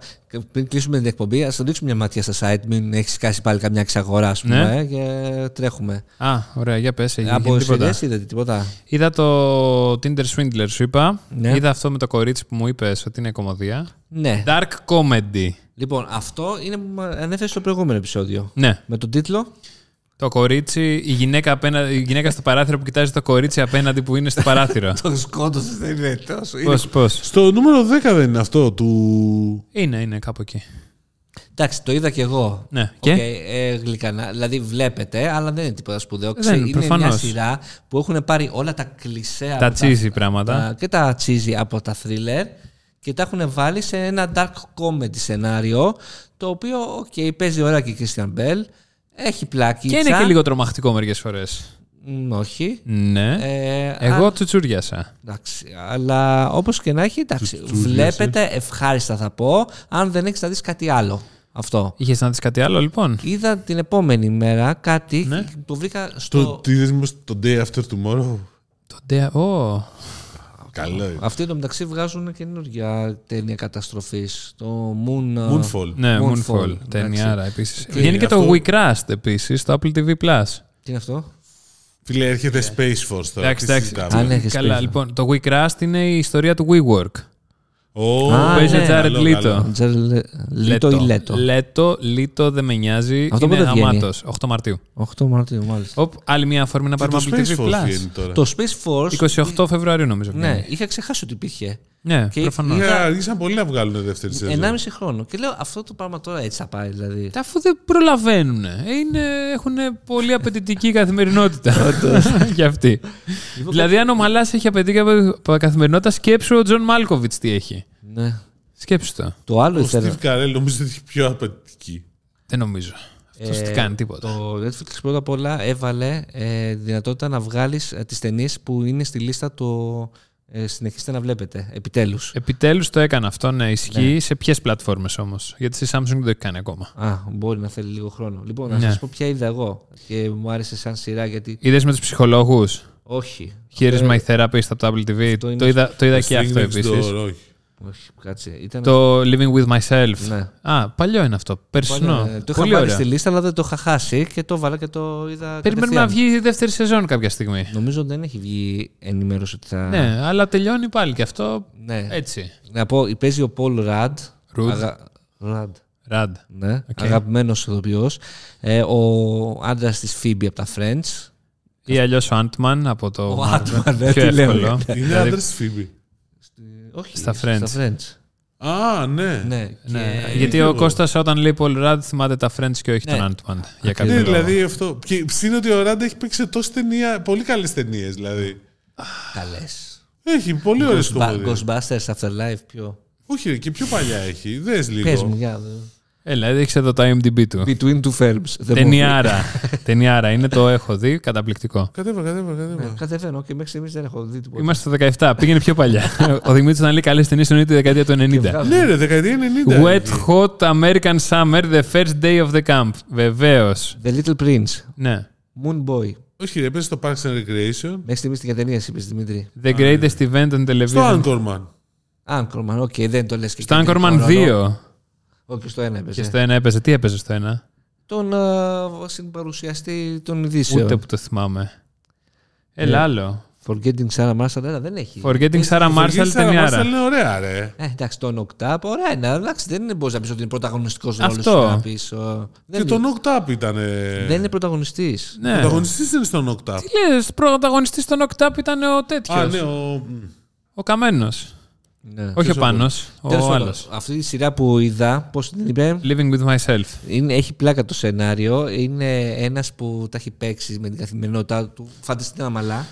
Speaker 3: πριν κλείσουμε την εκπομπή, ας το δείξουμε μια ματιά στα site, μην έχεις σκάσει πάλι καμιά εξαγορά, ας πούμε,
Speaker 1: Ναι.
Speaker 3: ε, και τρέχουμε.
Speaker 1: Α, ωραία, για πες. Έχει,
Speaker 3: Από
Speaker 1: γίνει τίποτα.
Speaker 3: σειρές είδατε τίποτα.
Speaker 1: Είδα το Tinder Swindler, σου είπα.
Speaker 3: Ναι.
Speaker 1: Είδα αυτό με το κορίτσι που μου είπες ότι είναι κομμωδία.
Speaker 3: Ναι.
Speaker 1: Dark comedy.
Speaker 3: Λοιπόν, αυτό είναι που μα- ανέφερες στο προηγούμενο επεισόδιο.
Speaker 1: Ναι.
Speaker 3: Με τον τίτλο
Speaker 1: Το κορίτσι, η γυναίκα, απένα- η γυναίκα στο παράθυρο που κοιτάζει το κορίτσι απέναντι που είναι στο παράθυρο.
Speaker 4: Το σκότωσε, δεν είναι τόσο. Είναι
Speaker 1: πώς, πώς.
Speaker 2: Στο νούμερο 10 δεν είναι αυτό του...
Speaker 1: Είναι, είναι κάπου εκεί.
Speaker 3: Εντάξει, το είδα και εγώ.
Speaker 1: Ναι, και?
Speaker 3: Οκ, ε, γλυκανά. Δηλαδή, βλέπετε, αλλά δεν είναι τίποτα σπουδαίο.
Speaker 1: Δεν,
Speaker 3: Ξέρεις, είναι μια
Speaker 1: προφανώς.
Speaker 3: σειρά που έχουν πάρει όλα τα κλισέ από
Speaker 1: Τα cheesy πράγματα.
Speaker 3: τα- και τα τσίζι από τα thriller και τα έχουν βάλει σε ένα dark comedy σενάριο το οποίο, οκ, παίζει ωραία και η Christian Bell. Έχει πλάκι.
Speaker 1: Και είναι και λίγο τρομακτικό μερικές φορές.
Speaker 3: Όχι.
Speaker 1: Ναι.
Speaker 3: Ε,
Speaker 1: Εγώ τσουτσούριασα.
Speaker 3: Εντάξει, αλλά όπως και να έχει, εντάξει, βλέπετε ευχάριστα θα πω, αν δεν έχεις να δεις κάτι άλλο. Αυτό.
Speaker 1: Είχες να δεις κάτι άλλο, λοιπόν.
Speaker 3: Είδα την επόμενη μέρα κάτι
Speaker 1: Ναι.
Speaker 3: και το βρήκα στο.
Speaker 2: Το, τι είδες μήπως το Day After Tomorrow.
Speaker 1: Το ντε- Ω.
Speaker 2: Καλό είναι.
Speaker 3: Αυτοί εντωμεταξύ βγάζουν καινούργια ταινία καταστροφής. Το Moon.
Speaker 2: Moonfall.
Speaker 1: Ναι,
Speaker 3: Moonfall,
Speaker 1: Moonfall.
Speaker 3: εντάξει.
Speaker 1: Ταινιάρα επίσης. Βγαίνει και
Speaker 2: αυτό-
Speaker 1: το WeCrust επίσης στο Apple TV Plus.
Speaker 3: Τι είναι αυτό.
Speaker 2: Φίλε, έρχεται
Speaker 4: Ναι.
Speaker 2: Space Force τώρα.
Speaker 1: Εντάξει,
Speaker 2: Τι
Speaker 1: εντάξει.
Speaker 2: συζητάμε.
Speaker 3: Αν έχεις
Speaker 1: Καλά,
Speaker 3: πίσω.
Speaker 1: λοιπόν. Το We Crust είναι η ιστορία του WeWork.
Speaker 2: Ω,
Speaker 3: Α,
Speaker 1: Παίζει
Speaker 3: ναι.
Speaker 1: ο Τζάρετ
Speaker 2: καλό,
Speaker 1: Λίτο.
Speaker 2: καλό.
Speaker 3: Τζα- λε- Λίτο ή Λέτο.
Speaker 1: Λέτο, Λίτο, δεν με νοιάζει.
Speaker 3: Αυτό
Speaker 1: είναι
Speaker 3: πότε βγαίνει?
Speaker 1: αμάτος. 8 Μαρτίου.
Speaker 3: 8 Μαρτίου, μάλιστα.
Speaker 1: Οπ, άλλη μια αφορμή να
Speaker 2: Και
Speaker 1: πάρουμε
Speaker 2: το
Speaker 1: Apple
Speaker 2: Space
Speaker 1: TV
Speaker 2: Force
Speaker 1: Plus.
Speaker 2: βγαίνει τώρα.
Speaker 3: Το Space Force.
Speaker 1: 28 Φεβρουαρίου νομίζω.
Speaker 3: Ναι, είχα ξεχάσει ότι υπήρχε.
Speaker 1: ναι
Speaker 3: Και-
Speaker 1: προφανώς.
Speaker 2: Ναι,
Speaker 3: Είδα-
Speaker 2: αργήσαν πολύ να βγάλουν δεύτερη σεζόν.
Speaker 3: 1,5 χρόνο. Και λέω αυτό το πράγμα τώρα έτσι θα πάει, δηλαδή.
Speaker 1: Ε, Αφού δεν προλαβαίνουν. Είναι, έχουν πολύ απαιτητική καθημερινότητα. Για αυτή.
Speaker 3: Λοιπόν,
Speaker 1: δηλαδή, αν ο Μαλάς έχει απαιτητική απα- καθημερινότητα, σκέψου ο Τζον Μάλκοβιτ τι έχει.
Speaker 3: Ναι.
Speaker 1: Σκέψου το.
Speaker 3: Το άλλο
Speaker 2: Ο
Speaker 3: ήθελα.
Speaker 2: Steve Carell νομίζω ότι έχει πιο απαιτητική.
Speaker 1: Δεν νομίζω. Αυτό τι κάνει τίποτα.
Speaker 3: Ε, Το Netflix πρώτα απ' όλα έβαλε ε, δυνατότητα να βγάλεις τις ταινίες που είναι στη λίστα το ε, συνεχίστε να βλέπετε. Επιτέλους.
Speaker 1: Ε, Επιτέλους το έκανε αυτό, ναι, ισχύει. Σε ποιες πλατφόρμες όμως. Γιατί στη Samsung δεν το έχει κάνει ακόμα.
Speaker 3: Α, μπορεί να θέλει λίγο χρόνο. Λοιπόν, να
Speaker 1: Ναι.
Speaker 3: σας πω ποια είδα εγώ και μου άρεσε σαν σειρά γιατί.
Speaker 1: Είδες με τους ψυχολόγους.
Speaker 3: Όχι.
Speaker 1: Here is my therapist από το Apple TV.
Speaker 3: Ε, είναι-
Speaker 1: Το είδα, το είδα Ε, και
Speaker 2: Thing
Speaker 1: αυτό
Speaker 2: Next
Speaker 1: επίσης.
Speaker 2: Door, όχι.
Speaker 3: Όχι, κάτσε. Ήταν
Speaker 1: Το Living with Myself.
Speaker 3: Ναι.
Speaker 1: Α, παλιό είναι αυτό. Περσινό.
Speaker 3: Ε, το είχα
Speaker 1: Ναι, Πολύ
Speaker 3: βάλει
Speaker 1: ωραίο.
Speaker 3: στη λίστα, αλλά δεν το είχα χάσει και το βάλα και το είδα.
Speaker 1: Περιμένουμε να
Speaker 3: κατευθείαν.
Speaker 1: βγει η δεύτερη σεζόν κάποια στιγμή.
Speaker 3: Νομίζω δεν έχει βγει ενημέρωση ότι θα.
Speaker 1: Ναι, αλλά τελειώνει πάλι και αυτό
Speaker 3: Ναι.
Speaker 1: έτσι.
Speaker 3: Να πω, παίζει ο Πολ Ραντ.
Speaker 1: Ρουντ.
Speaker 3: Ραντ.
Speaker 1: Ραντ.
Speaker 3: Ναι, αγαπημένος ηθοποιός. Ε, ο άντρας της Φίμπη από τα Friends.
Speaker 1: Ή αλλιώς ο Άντμαν από το.
Speaker 3: Ο Άντμαν,
Speaker 1: Πιο
Speaker 3: ναι, τι λέω.
Speaker 1: εύκολο.
Speaker 2: Είναι άντρας της Φίμπη.
Speaker 3: Όχι,
Speaker 1: Στα Friends.
Speaker 2: Α, ναι.
Speaker 3: Ναι, και-
Speaker 1: Ναι, γιατί ο Κώστας όταν λέει Πολ Ραντ θυμάται τα Friends και όχι τον Άντμαν. Για κάποιο
Speaker 2: Ναι,
Speaker 1: λόγο.
Speaker 2: δηλαδή αυτό. Και είναι ότι ο Ράντα έχει παίξει σε τόσε ταινία, πολύ καλές ταινίες δηλαδή.
Speaker 3: Καλές.
Speaker 2: Έχει πολύ ωραίες
Speaker 3: Ba-
Speaker 2: κομμωδίες.
Speaker 3: Ghostbusters Afterlife, πιο.
Speaker 2: Όχι, ρε, και πιο παλιά έχει. Δες
Speaker 3: Πες
Speaker 2: λίγο.
Speaker 3: μου, για. δε.
Speaker 1: Έλα, έδειξε Ε, δηλαδή, εδώ το IMDb του.
Speaker 4: Between two films. The
Speaker 1: Ταινιάρα. Ταινιάρα. Είναι το έχω δει. Καταπληκτικό.
Speaker 2: Κατέβα, κατέβα, κατέβα.
Speaker 3: Κατεβαίνω και μέχρι στιγμής δεν έχω δει τίποτα.
Speaker 1: Είμαστε στο 17. Πήγαινε πιο παλιά. Ο Δημήτρης όταν λέει καλές ταινίες εννοεί τη δεκαετία του 90.
Speaker 2: Ναι, ρε, δεκαετία 90.
Speaker 1: Wet Hot American Summer, the first day of the camp. Βεβαίως.
Speaker 3: The Little Prince,
Speaker 1: Ναι.
Speaker 3: Moon Boy.
Speaker 2: Όχι, ρε, παίζει στο Parks and Recreation.
Speaker 3: Μέχρι στιγμής την κατενία είπες, Δημήτρη.
Speaker 1: The greatest event on
Speaker 2: Στο
Speaker 1: television.
Speaker 2: Anchorman.
Speaker 3: Anchorman, οκ, δεν το λες και
Speaker 1: Στο
Speaker 3: και
Speaker 1: Anchorman
Speaker 3: χρόνο.
Speaker 1: 2.
Speaker 3: Όχι, στο ένα
Speaker 1: Και
Speaker 3: έπαιζε.
Speaker 1: στο ένα έπαιζε. Τι έπαιζε στο ένα.
Speaker 3: Τον α, συμπαρουσιαστή των ειδήσεων.
Speaker 1: Ούτε που το θυμάμαι.
Speaker 2: Ε,
Speaker 1: Έλα άλλο.
Speaker 3: Forgetting Sarah Marshall, έλα, δεν έχει.
Speaker 1: Forgetting Sarah Marshall ταινιάρα.
Speaker 2: είναι ωραία, ρε.
Speaker 3: Ε, εντάξει, τον Octap, ωραία είναι. Εντάξει, δεν μπορείς να πεις ότι είναι πρωταγωνιστικός ρόλος.
Speaker 1: Αυτό.
Speaker 3: Να πεις, ο-
Speaker 2: Και
Speaker 3: δεν,
Speaker 2: το
Speaker 3: είναι,
Speaker 2: Knocked Up ήταν.
Speaker 3: δεν είναι πρωταγωνιστής.
Speaker 1: Ναι.
Speaker 2: Πρωταγωνιστής είναι στο Knocked Up.
Speaker 1: Τι λες, πρωταγωνιστής στο Knocked Up ήταν ο τέτοιο.
Speaker 2: Α, ναι, Ε, ο. μ,
Speaker 1: Ο Καμένος. Όχι ο Πάνος, ο άλλος.
Speaker 3: Ναι. Αυτή η σειρά που είδα, πώς την είπε,
Speaker 1: Living with myself.
Speaker 3: είναι, έχει πλάκα το σενάριο. Είναι ένας που τα έχει παίξει με την καθημερινότητά του. Φανταστείτε ένα μαλά.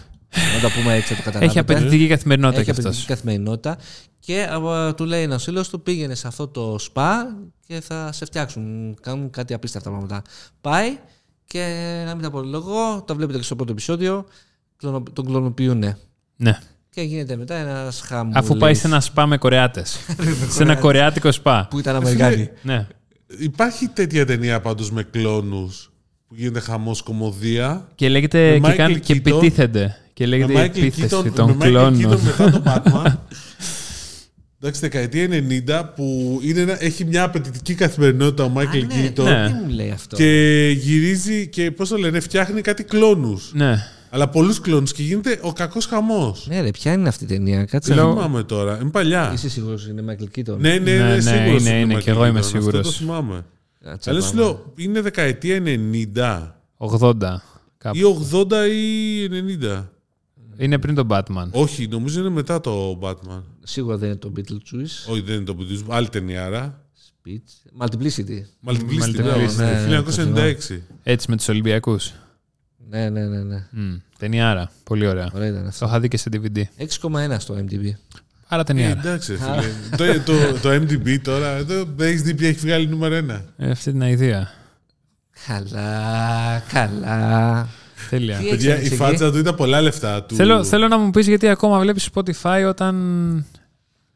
Speaker 3: Να τα πούμε έτσι, να το καταλάβετε.
Speaker 2: ναι.
Speaker 1: Έχει απαιτητική καθημερινότητα κι
Speaker 3: Έχει απαιτητική
Speaker 1: αυτός.
Speaker 3: καθημερινότητα. Και α, του λέει ένας φίλος του: Πήγαινε σε αυτό το σπα και θα σε φτιάξουν. Κάνουν κάτι απίστευτα πράγματα. Πάει και να μην τα πω λόγο, τα βλέπετε και στο πρώτο επεισόδιο. κλωνο- Τον κλωνοποιούνε.
Speaker 1: Ναι.
Speaker 3: Και γίνεται μετά ένας χάμο.
Speaker 1: Αφού πάει σε ένα σπα με Κορεάτες. σε ένα κορεάτικο σπα.
Speaker 3: που ήταν Αμερικάνοι.
Speaker 1: Ναι.
Speaker 2: Υπάρχει τέτοια ταινία πάντως με κλόνους που γίνεται χαμός κομμωδία.
Speaker 1: Και λέγεται.
Speaker 2: Με
Speaker 1: Και,
Speaker 2: Michael
Speaker 1: κάνουν- και
Speaker 2: Keaton.
Speaker 1: επιτίθενται. Και
Speaker 2: Με
Speaker 1: λέγεται η
Speaker 2: Michael Keaton,
Speaker 1: επίθεση
Speaker 2: με
Speaker 1: των
Speaker 2: Michael Keaton
Speaker 1: κλόνων.
Speaker 2: μετά το Batman. Εντάξει, δεκαετία 90 που είναι ένα- έχει μια απαιτητική καθημερινότητα ο Μάικλ Κίτον
Speaker 1: Ναι.
Speaker 3: Τι μου λέει αυτό.
Speaker 2: και γυρίζει και πώς το λένε, φτιάχνει κάτι κλόνους.
Speaker 1: Ναι.
Speaker 2: Αλλά πολλούς κλόνους και γίνεται ο κακός χαμός.
Speaker 3: Ναι, ρε, ποια είναι αυτή η ταινία, κάτσε.
Speaker 2: Δεν
Speaker 1: Λέω-
Speaker 2: θυμάμαι τώρα, είναι παλιά.
Speaker 3: Είσαι σίγουρος είναι Μάικλ Κίτον.
Speaker 2: Ναι, ναι,
Speaker 1: Ναι,
Speaker 2: ναι,
Speaker 1: ναι,
Speaker 2: σίγουρος
Speaker 1: είναι, είναι,
Speaker 2: Michael
Speaker 1: και εγώ είμαι
Speaker 2: Keaton, αυτό
Speaker 1: σίγουρος.
Speaker 2: Το θυμάμαι. Αλλά σου λέω, είναι δεκαετία 90
Speaker 1: 80. Κάπου.
Speaker 2: ή 80 ή 90.
Speaker 1: Είναι πριν τον Batman.
Speaker 2: Όχι, νομίζω είναι μετά το Batman.
Speaker 3: Σίγουρα δεν είναι το Beetlejuice.
Speaker 2: Όχι, δεν είναι το Beetlejuice, άλλη ταινιάρα.
Speaker 3: Speech. Multiplicity.
Speaker 2: Multiplicity,
Speaker 1: Multiplicity,
Speaker 2: ναι,
Speaker 3: ναι, ναι, το
Speaker 2: 1996.
Speaker 1: Έτσι με τους Ολυμπιακούς.
Speaker 3: Ναι, ναι, ναι. ναι.
Speaker 1: Ταινιάρα. Πολύ ωραία.
Speaker 3: Ωραία ήταν αυτό.
Speaker 1: Το είχα δει και σε DVD.
Speaker 3: 6,1 στο MDB.
Speaker 1: Άρα
Speaker 2: Ε,
Speaker 1: ταινιάρα.
Speaker 2: Εντάξει, φίλε. το, το, το MDB τώρα, εδώ δεν έχεις δει ποια έχει βγάλει νούμερο 1.
Speaker 1: Ε, αυτή την ιδέα.
Speaker 3: Καλά, καλά.
Speaker 1: Τέλεια.
Speaker 3: Τι έχεις
Speaker 2: Παιδιά, η
Speaker 3: ανοίξει εκεί?
Speaker 2: φάτσα του ήταν πολλά λεφτά Ε, του.
Speaker 1: Θέλω, θέλω να μου πεις γιατί ακόμα βλέπεις Spotify όταν...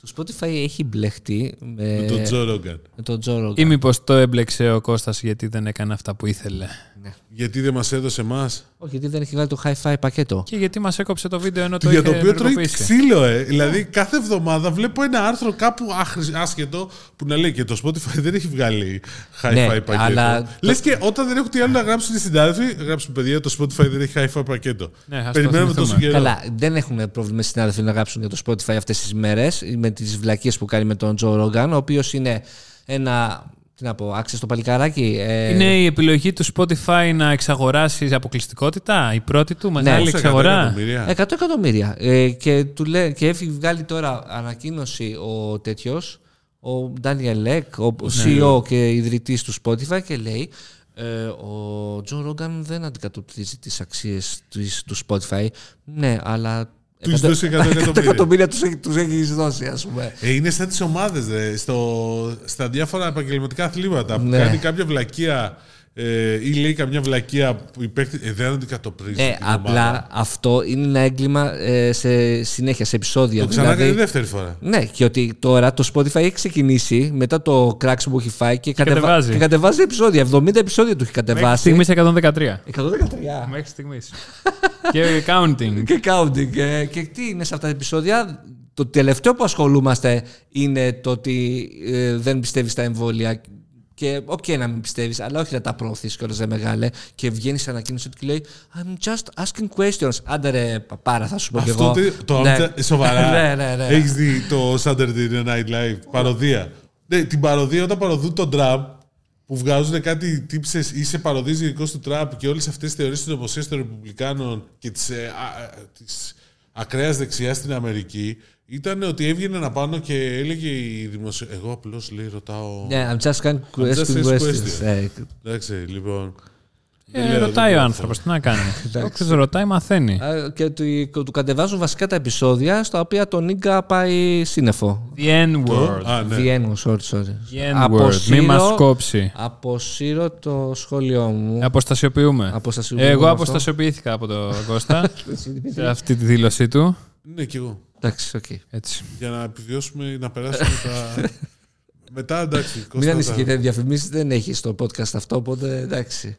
Speaker 3: Το Spotify έχει μπλεχτεί με
Speaker 2: Το Τζο Ρόγκαν.
Speaker 3: με τον Τζο Ρόγκαν.
Speaker 1: Ή μήπως το έμπλεξε ο Κώστας γιατί δεν έκανε αυτά που ήθελε.
Speaker 2: Γιατί δεν μας έδωσε εμάς.
Speaker 3: Όχι, γιατί δεν έχει βγάλει το hi-fi πακέτο.
Speaker 1: Και γιατί μας έκοψε το βίντεο ενώ το
Speaker 2: Για
Speaker 1: είχε
Speaker 2: το οποίο τρώει
Speaker 1: ενεργοποιήσει.
Speaker 2: ξύλο, ε. Δηλαδή κάθε εβδομάδα βλέπω ένα άρθρο κάπου άχρη- άσχετο που να λέει και το Spotify δεν έχει βγάλει hi-fi
Speaker 3: Ναι,
Speaker 2: πακέτο.
Speaker 3: αλλά-
Speaker 2: Λες και όταν δεν έχω τι άλλο να γράψουν οι συντάδελφοι, γράψουν παιδιά, το Spotify δεν έχει hi-fi πακέτο.
Speaker 1: Ναι, ας το
Speaker 2: Περιμένουμε τόσο
Speaker 1: θυμηθούμε.
Speaker 2: καιρό.
Speaker 3: Καλά, δεν έχουμε πρόβλημα οι συνάδελφοι να γράψουν για το Spotify αυτές τις μέρες με τις βλακίες που κάνει με τον Τζο Ρόγκαν, ο οποίος είναι ένα. Τι να πω, άξιο στο παλικάράκι. ε,
Speaker 1: Είναι η επιλογή του Spotify να εξαγοράσεις αποκλειστικότητα, η πρώτη του μεγάλη
Speaker 2: Πόσα
Speaker 1: εξαγορά.
Speaker 2: εκατομμύρια?
Speaker 3: 100 εκατομμύρια. Ε, και, του λέ, και έχει βγάλει τώρα ανακοίνωση ο τέτοιος, ο Daniel Λεκ, ο
Speaker 2: Ναι.
Speaker 3: CEO και ιδρυτής του Spotify, και λέει ε, ο Τζον Ρόγκαν δεν αντικατοπτρίζει τις αξίες του Spotify. Ναι, αλλά.
Speaker 2: Τους έχει δώσει 100 εκατομμύρια.
Speaker 3: εκατομμύρια τους έχει- τους έχεις δώσει, ας πούμε.
Speaker 2: Ε, είναι σαν τις ομάδες στα διάφορα επαγγελματικά αθλήματα. Που
Speaker 3: Ναι.
Speaker 2: κάνει κάποια βλακεία ε, ή λέει καμιά βλακεία που η παίκτη- ε, δεν αντικατοπτρίζει.
Speaker 3: Ναι,
Speaker 2: την ομάδα.
Speaker 3: απλά αυτό είναι ένα έγκλημα ε, σε συνέχεια, σε επεισόδια.
Speaker 2: Το
Speaker 1: δηλαδή-
Speaker 2: ξανά κάνει δεύτερη φορά.
Speaker 3: Ναι, και ότι τώρα το Spotify έχει ξεκινήσει μετά το cracks που έχει φάει και, κατεβα-
Speaker 1: κατεβάζει.
Speaker 3: και κατεβάζει επεισόδια. 70 επεισόδια του έχει
Speaker 1: Μέχρι
Speaker 3: κατεβάσει.
Speaker 1: στιγμής 113.
Speaker 3: 113.
Speaker 1: Μέχρι στιγμής. και counting.
Speaker 3: Και counting. ε, Και, τι είναι σε αυτά τα επεισόδια. Το τελευταίο που ασχολούμαστε είναι το ότι ε, δεν πιστεύεις στα εμβόλια. Και οκ να μην πιστεύεις, αλλά όχι να τα προωθείς κιόλα δε μεγάλε. Και βγαίνεις σε ανακοίνωση του και λέει I'm just asking questions. Άντε ρε, παπάρα, θα σου πω κι
Speaker 2: Αυτό
Speaker 3: εγώ.
Speaker 2: τι- το
Speaker 3: Ναι.
Speaker 2: άμτσα- σοβαρά.
Speaker 3: ναι, ναι, ναι.
Speaker 2: Έχεις δει το Saturday Night Live, παροδία. Ναι, την παροδία όταν παροδούν τον Τραμπ, που βγάζουν κάτι τύψες ή σε παροδίζει γενικώ του Τραμπ και όλες αυτές τις θεωρίες της νομοσίας των Ρεπουμπλικάνων και της, ε, α, α, της ακραίας δεξιάς στην Αμερική, ήταν ότι έβγαινε να πάνω και έλεγε η δημοσιο... Εγώ απλώς λέει ρωτάω...
Speaker 3: Ναι, I'm just asking
Speaker 2: I'm just asking
Speaker 3: questions.
Speaker 2: questions.
Speaker 3: Ε,
Speaker 2: Εντάξει, λοιπόν... δεν
Speaker 1: Ε,
Speaker 2: λέω,
Speaker 1: ρωτάει
Speaker 2: δεν
Speaker 1: ο
Speaker 2: λέω.
Speaker 1: άνθρωπος, τι να κάνει. Όποιο ρωτάει, μαθαίνει.
Speaker 3: Α, Ε, Και του, του κατεβάζουν βασικά τα επεισόδια στα οποία τον Νίγκα πάει σύννεφο.
Speaker 1: The N-word.
Speaker 2: Α, ναι.
Speaker 3: Διένου, sorry, sorry.
Speaker 1: The N-word. Μη μας κόψει.
Speaker 3: αποσύρω το σχόλιο
Speaker 2: Ε,
Speaker 3: μου.
Speaker 1: Αποστασιοποιούμε.
Speaker 3: Αποστασιοποιούμε
Speaker 1: Εγώ
Speaker 3: αυτό.
Speaker 1: αποστασιοποιήθηκα από τον Κώστα σε αυτή τη δήλωσή του.
Speaker 2: Ναι, κι εγώ.
Speaker 3: Εντάξει, οκ.
Speaker 1: Έτσι.
Speaker 2: Για να επιβιώσουμε, να περάσουμε τα... Μετά, εντάξει,
Speaker 3: Μην
Speaker 2: Κώστα, τα-
Speaker 3: ανησυχείτε, διαφημίσεις δεν έχει στο podcast αυτό, οπότε εντάξει.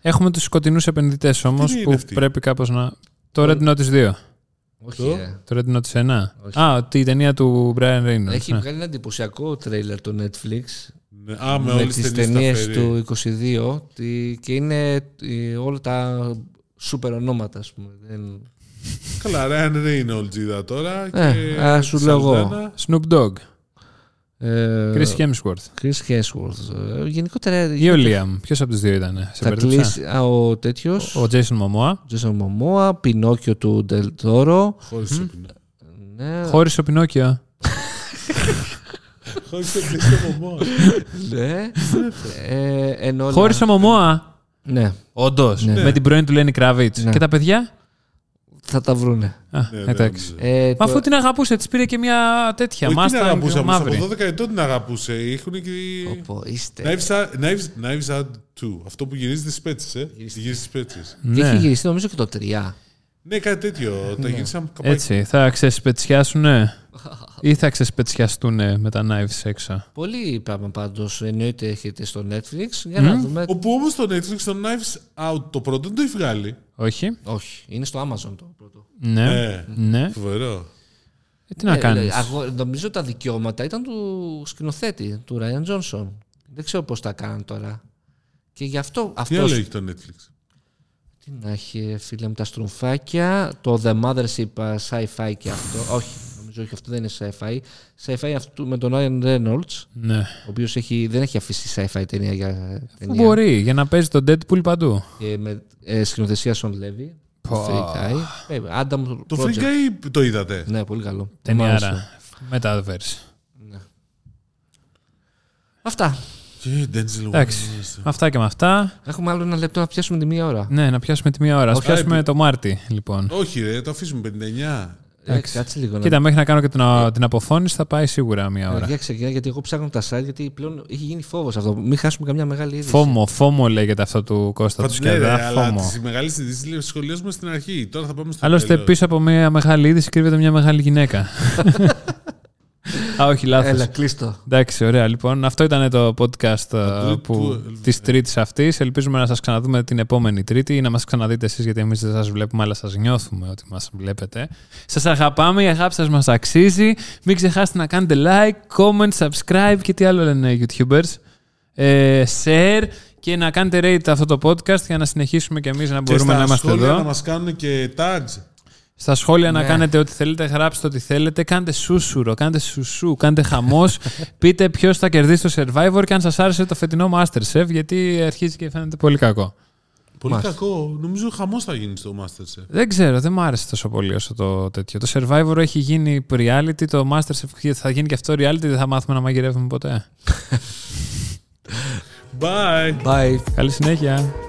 Speaker 1: Έχουμε τους σκοτεινούς επενδυτές όμως
Speaker 2: είναι
Speaker 1: που
Speaker 2: αυτοί?
Speaker 1: πρέπει κάπως να. Το Red Notice 2.
Speaker 3: Όχι. ε.
Speaker 1: Το Red Notice 1. Α, τη ταινία του Brian Reynolds.
Speaker 3: Έχει
Speaker 2: Ε.
Speaker 1: ναι.
Speaker 3: βγάλει ένα εντυπωσιακό τρέιλερ το Netflix
Speaker 2: Ναι, α, με,
Speaker 3: με τις
Speaker 2: όλες τις ταινίες
Speaker 3: ταινίες
Speaker 2: τα περί.
Speaker 3: του 22 τι- και είναι ε, όλα τα σούπερ ονόματα, ας πούμε. Δεν-
Speaker 2: Καλά, Ryan Reynolds είδα τώρα.
Speaker 3: Ε,
Speaker 2: και
Speaker 3: α, σου
Speaker 2: τη
Speaker 3: λέω εγώ.
Speaker 2: Σαλτάνα.
Speaker 1: Snoop Dogg.
Speaker 3: Ε,
Speaker 1: Chris Hemsworth.
Speaker 3: Chris Hemsworth. Ε, Γενικότερα.
Speaker 1: Ή ο Liam. Ποιος από τους δύο ήταν. Σε
Speaker 3: Θα
Speaker 1: μπέρδεψα?
Speaker 3: κλείσει α, ο τέτοιος.
Speaker 1: Ο Jason Momoa.
Speaker 3: Jason Momoa, Πινόκιο του Ντελτόρο.
Speaker 2: Χωρίς το ποινό.
Speaker 3: Ναι,
Speaker 1: Χώρισε ο Πινόκιο.
Speaker 2: Χωρίς το ποινό μόνο.
Speaker 3: ναι. Ε, εν όλα-
Speaker 1: Χώρισε ο Μωμόα.
Speaker 3: Ναι,
Speaker 1: Όντως. Με την πρώην του Λένι Κραβίτ.
Speaker 3: Ναι.
Speaker 1: Και τα παιδιά.
Speaker 3: θα τα βρούνε.
Speaker 1: Α,
Speaker 2: Ναι,
Speaker 1: εντάξει.
Speaker 3: Ε,
Speaker 1: Μα αφού την αγαπούσε, της πήρε και μια τέτοια.
Speaker 2: Όχι την
Speaker 1: Μάστα
Speaker 2: αγαπούσα, όμως από
Speaker 1: μαύρη.
Speaker 2: 12 ετών την αγαπούσε. Έχουν και...
Speaker 3: Πω,
Speaker 1: Ναι.
Speaker 3: είστε.
Speaker 2: Knives Out- Knives- Knives Out 2. Αυτό που γυρίζει τις πέτσες, ε. Γυρίζει τις πέτσες.
Speaker 3: Και
Speaker 1: Ναι.
Speaker 3: έχει γυριστεί νομίζω και το 3.
Speaker 2: Ναι, κάτι τέτοιο. Τα γυρίσαμε καπάκι.
Speaker 1: Έτσι. Θα ξεσπετσιάσουνε ή θα ξεσπετσιαστούνε με τα knives έξω.
Speaker 3: Πολύ πράγμα πάντως εννοείται έχετε στο Netflix. Για να δούμε.
Speaker 2: Όπου όμως το Netflix, το Knives Out, το πρώτο δεν το έχει βγάλει.
Speaker 1: Όχι.
Speaker 3: Όχι, είναι στο Amazon το πρώτο.
Speaker 1: Ναι.
Speaker 2: Ε,
Speaker 1: Ναι.
Speaker 2: Φοβερό.
Speaker 1: Ε, Τι να
Speaker 3: Ε,
Speaker 1: κάνεις.
Speaker 3: ε, αγο- Νομίζω τα δικαιώματα ήταν του σκηνοθέτη, του Ράιαν Τζόνσον. Δεν ξέρω πώς τα κάναν τώρα. Και γι' αυτό
Speaker 2: Τι άλλο
Speaker 3: αυτός
Speaker 2: έχει το Netflix.
Speaker 3: Τι να έχει, φίλε μου, τα στρουμφάκια. Το The Mothers είπα sci-fi και αυτό. όχι, νομίζω όχι, αυτό δεν είναι sci-fi. Sci-fi αυτού με τον Ryan Reynolds,
Speaker 1: Ναι.
Speaker 3: ο οποίος δεν έχει αφήσει sci-fi ταινία για
Speaker 1: Πού
Speaker 3: ταινία.
Speaker 1: μπορεί για να παίζει τον Deadpool παντού.
Speaker 3: Και με ε, σκηνοθεσία Σον Levy.
Speaker 1: Πω.
Speaker 3: Το Free Guy. Ε, Adam
Speaker 2: Το Free
Speaker 3: Project.
Speaker 2: Guy το είδατε.
Speaker 3: Ναι, πολύ καλό. Μ' άρεσε.
Speaker 1: Ταινιάρα. Metaverse.
Speaker 3: Αυτά.
Speaker 2: Και Denzel
Speaker 1: Εντάξει.
Speaker 2: Washington.
Speaker 1: Αυτά και με αυτά.
Speaker 3: Έχουμε άλλο ένα λεπτό να πιάσουμε τη μία ώρα.
Speaker 1: Ναι, να πιάσουμε τη μία ώρα. Ας
Speaker 2: Όχι,
Speaker 1: πιάσουμε το Μάρτι, λοιπόν.
Speaker 2: Όχι, ρε, το αφήσουμε 59.
Speaker 3: Ε, κάτσε λίγο να
Speaker 1: Κοίτα, μέχρι να κάνω και την, α- την αποφώνηση θα πάει σίγουρα μία ώρα.
Speaker 2: Ε,
Speaker 3: Για ξεκινά, γιατί εγώ ψάχνω τα site, γιατί πλέον έχει γίνει φόβος αυτό. Μην χάσουμε καμιά μεγάλη είδηση.
Speaker 1: Φόμο, φόμο λέγεται αυτό του Κώστα του
Speaker 2: Ναι, ρε,
Speaker 1: Σκιαδά.
Speaker 2: αλλά
Speaker 1: Φόμο.
Speaker 2: τις μεγάλες ειδήσεις σχολιάζουμε στην αρχή. Τώρα θα πάμε στο
Speaker 1: Άλλωστε,
Speaker 2: τέλος.
Speaker 1: πίσω από μια μεγάλη είδηση κρύβεται μια μεγάλη γυναίκα. Α, όχι, λάθος.
Speaker 3: Έλα, κλείστο.
Speaker 1: Εντάξει, ωραία. Λοιπόν, αυτό ήταν το podcast ε,
Speaker 2: του-
Speaker 1: που,
Speaker 2: του-
Speaker 1: της Τρίτης αυτής. Ελπίζουμε να σας ξαναδούμε την επόμενη Τρίτη ή να μας ξαναδείτε εσείς γιατί εμείς δεν σας βλέπουμε αλλά σας νιώθουμε ότι μας βλέπετε. Σας αγαπάμε, η αγάπη σας μας αξίζει. Μην ξεχάσετε να κάνετε like, comment, subscribe και τι άλλο λένε YouTubers. Ε, share και να κάνετε rate αυτό το podcast για να συνεχίσουμε και εμείς να
Speaker 2: Και
Speaker 1: μπορούμε να
Speaker 2: στα
Speaker 1: είμαστε
Speaker 2: σχόλια
Speaker 1: εδώ.
Speaker 2: να μας κάνουν και tags.
Speaker 1: Στα σχόλια να κάνετε ό,τι θέλετε, γράψτε ό,τι θέλετε, κάντε σούσουρο, κάντε σουσού, κάντε χαμός. πείτε ποιος θα κερδίσει το survivor και αν σας άρεσε το φετινό Masterchef, γιατί αρχίζει και φαίνεται πολύ κακό.
Speaker 2: Πολύ κακό. Νομίζω χαμός θα γίνει στο Masterchef.
Speaker 1: Δεν ξέρω, δεν μου άρεσε τόσο πολύ όσο το τέτοιο. Το survivor έχει γίνει reality, το Masterchef θα γίνει και αυτό reality, δεν θα μάθουμε να μαγειρεύουμε ποτέ.
Speaker 2: Bye.
Speaker 4: Bye.
Speaker 1: Καλή συνέχεια.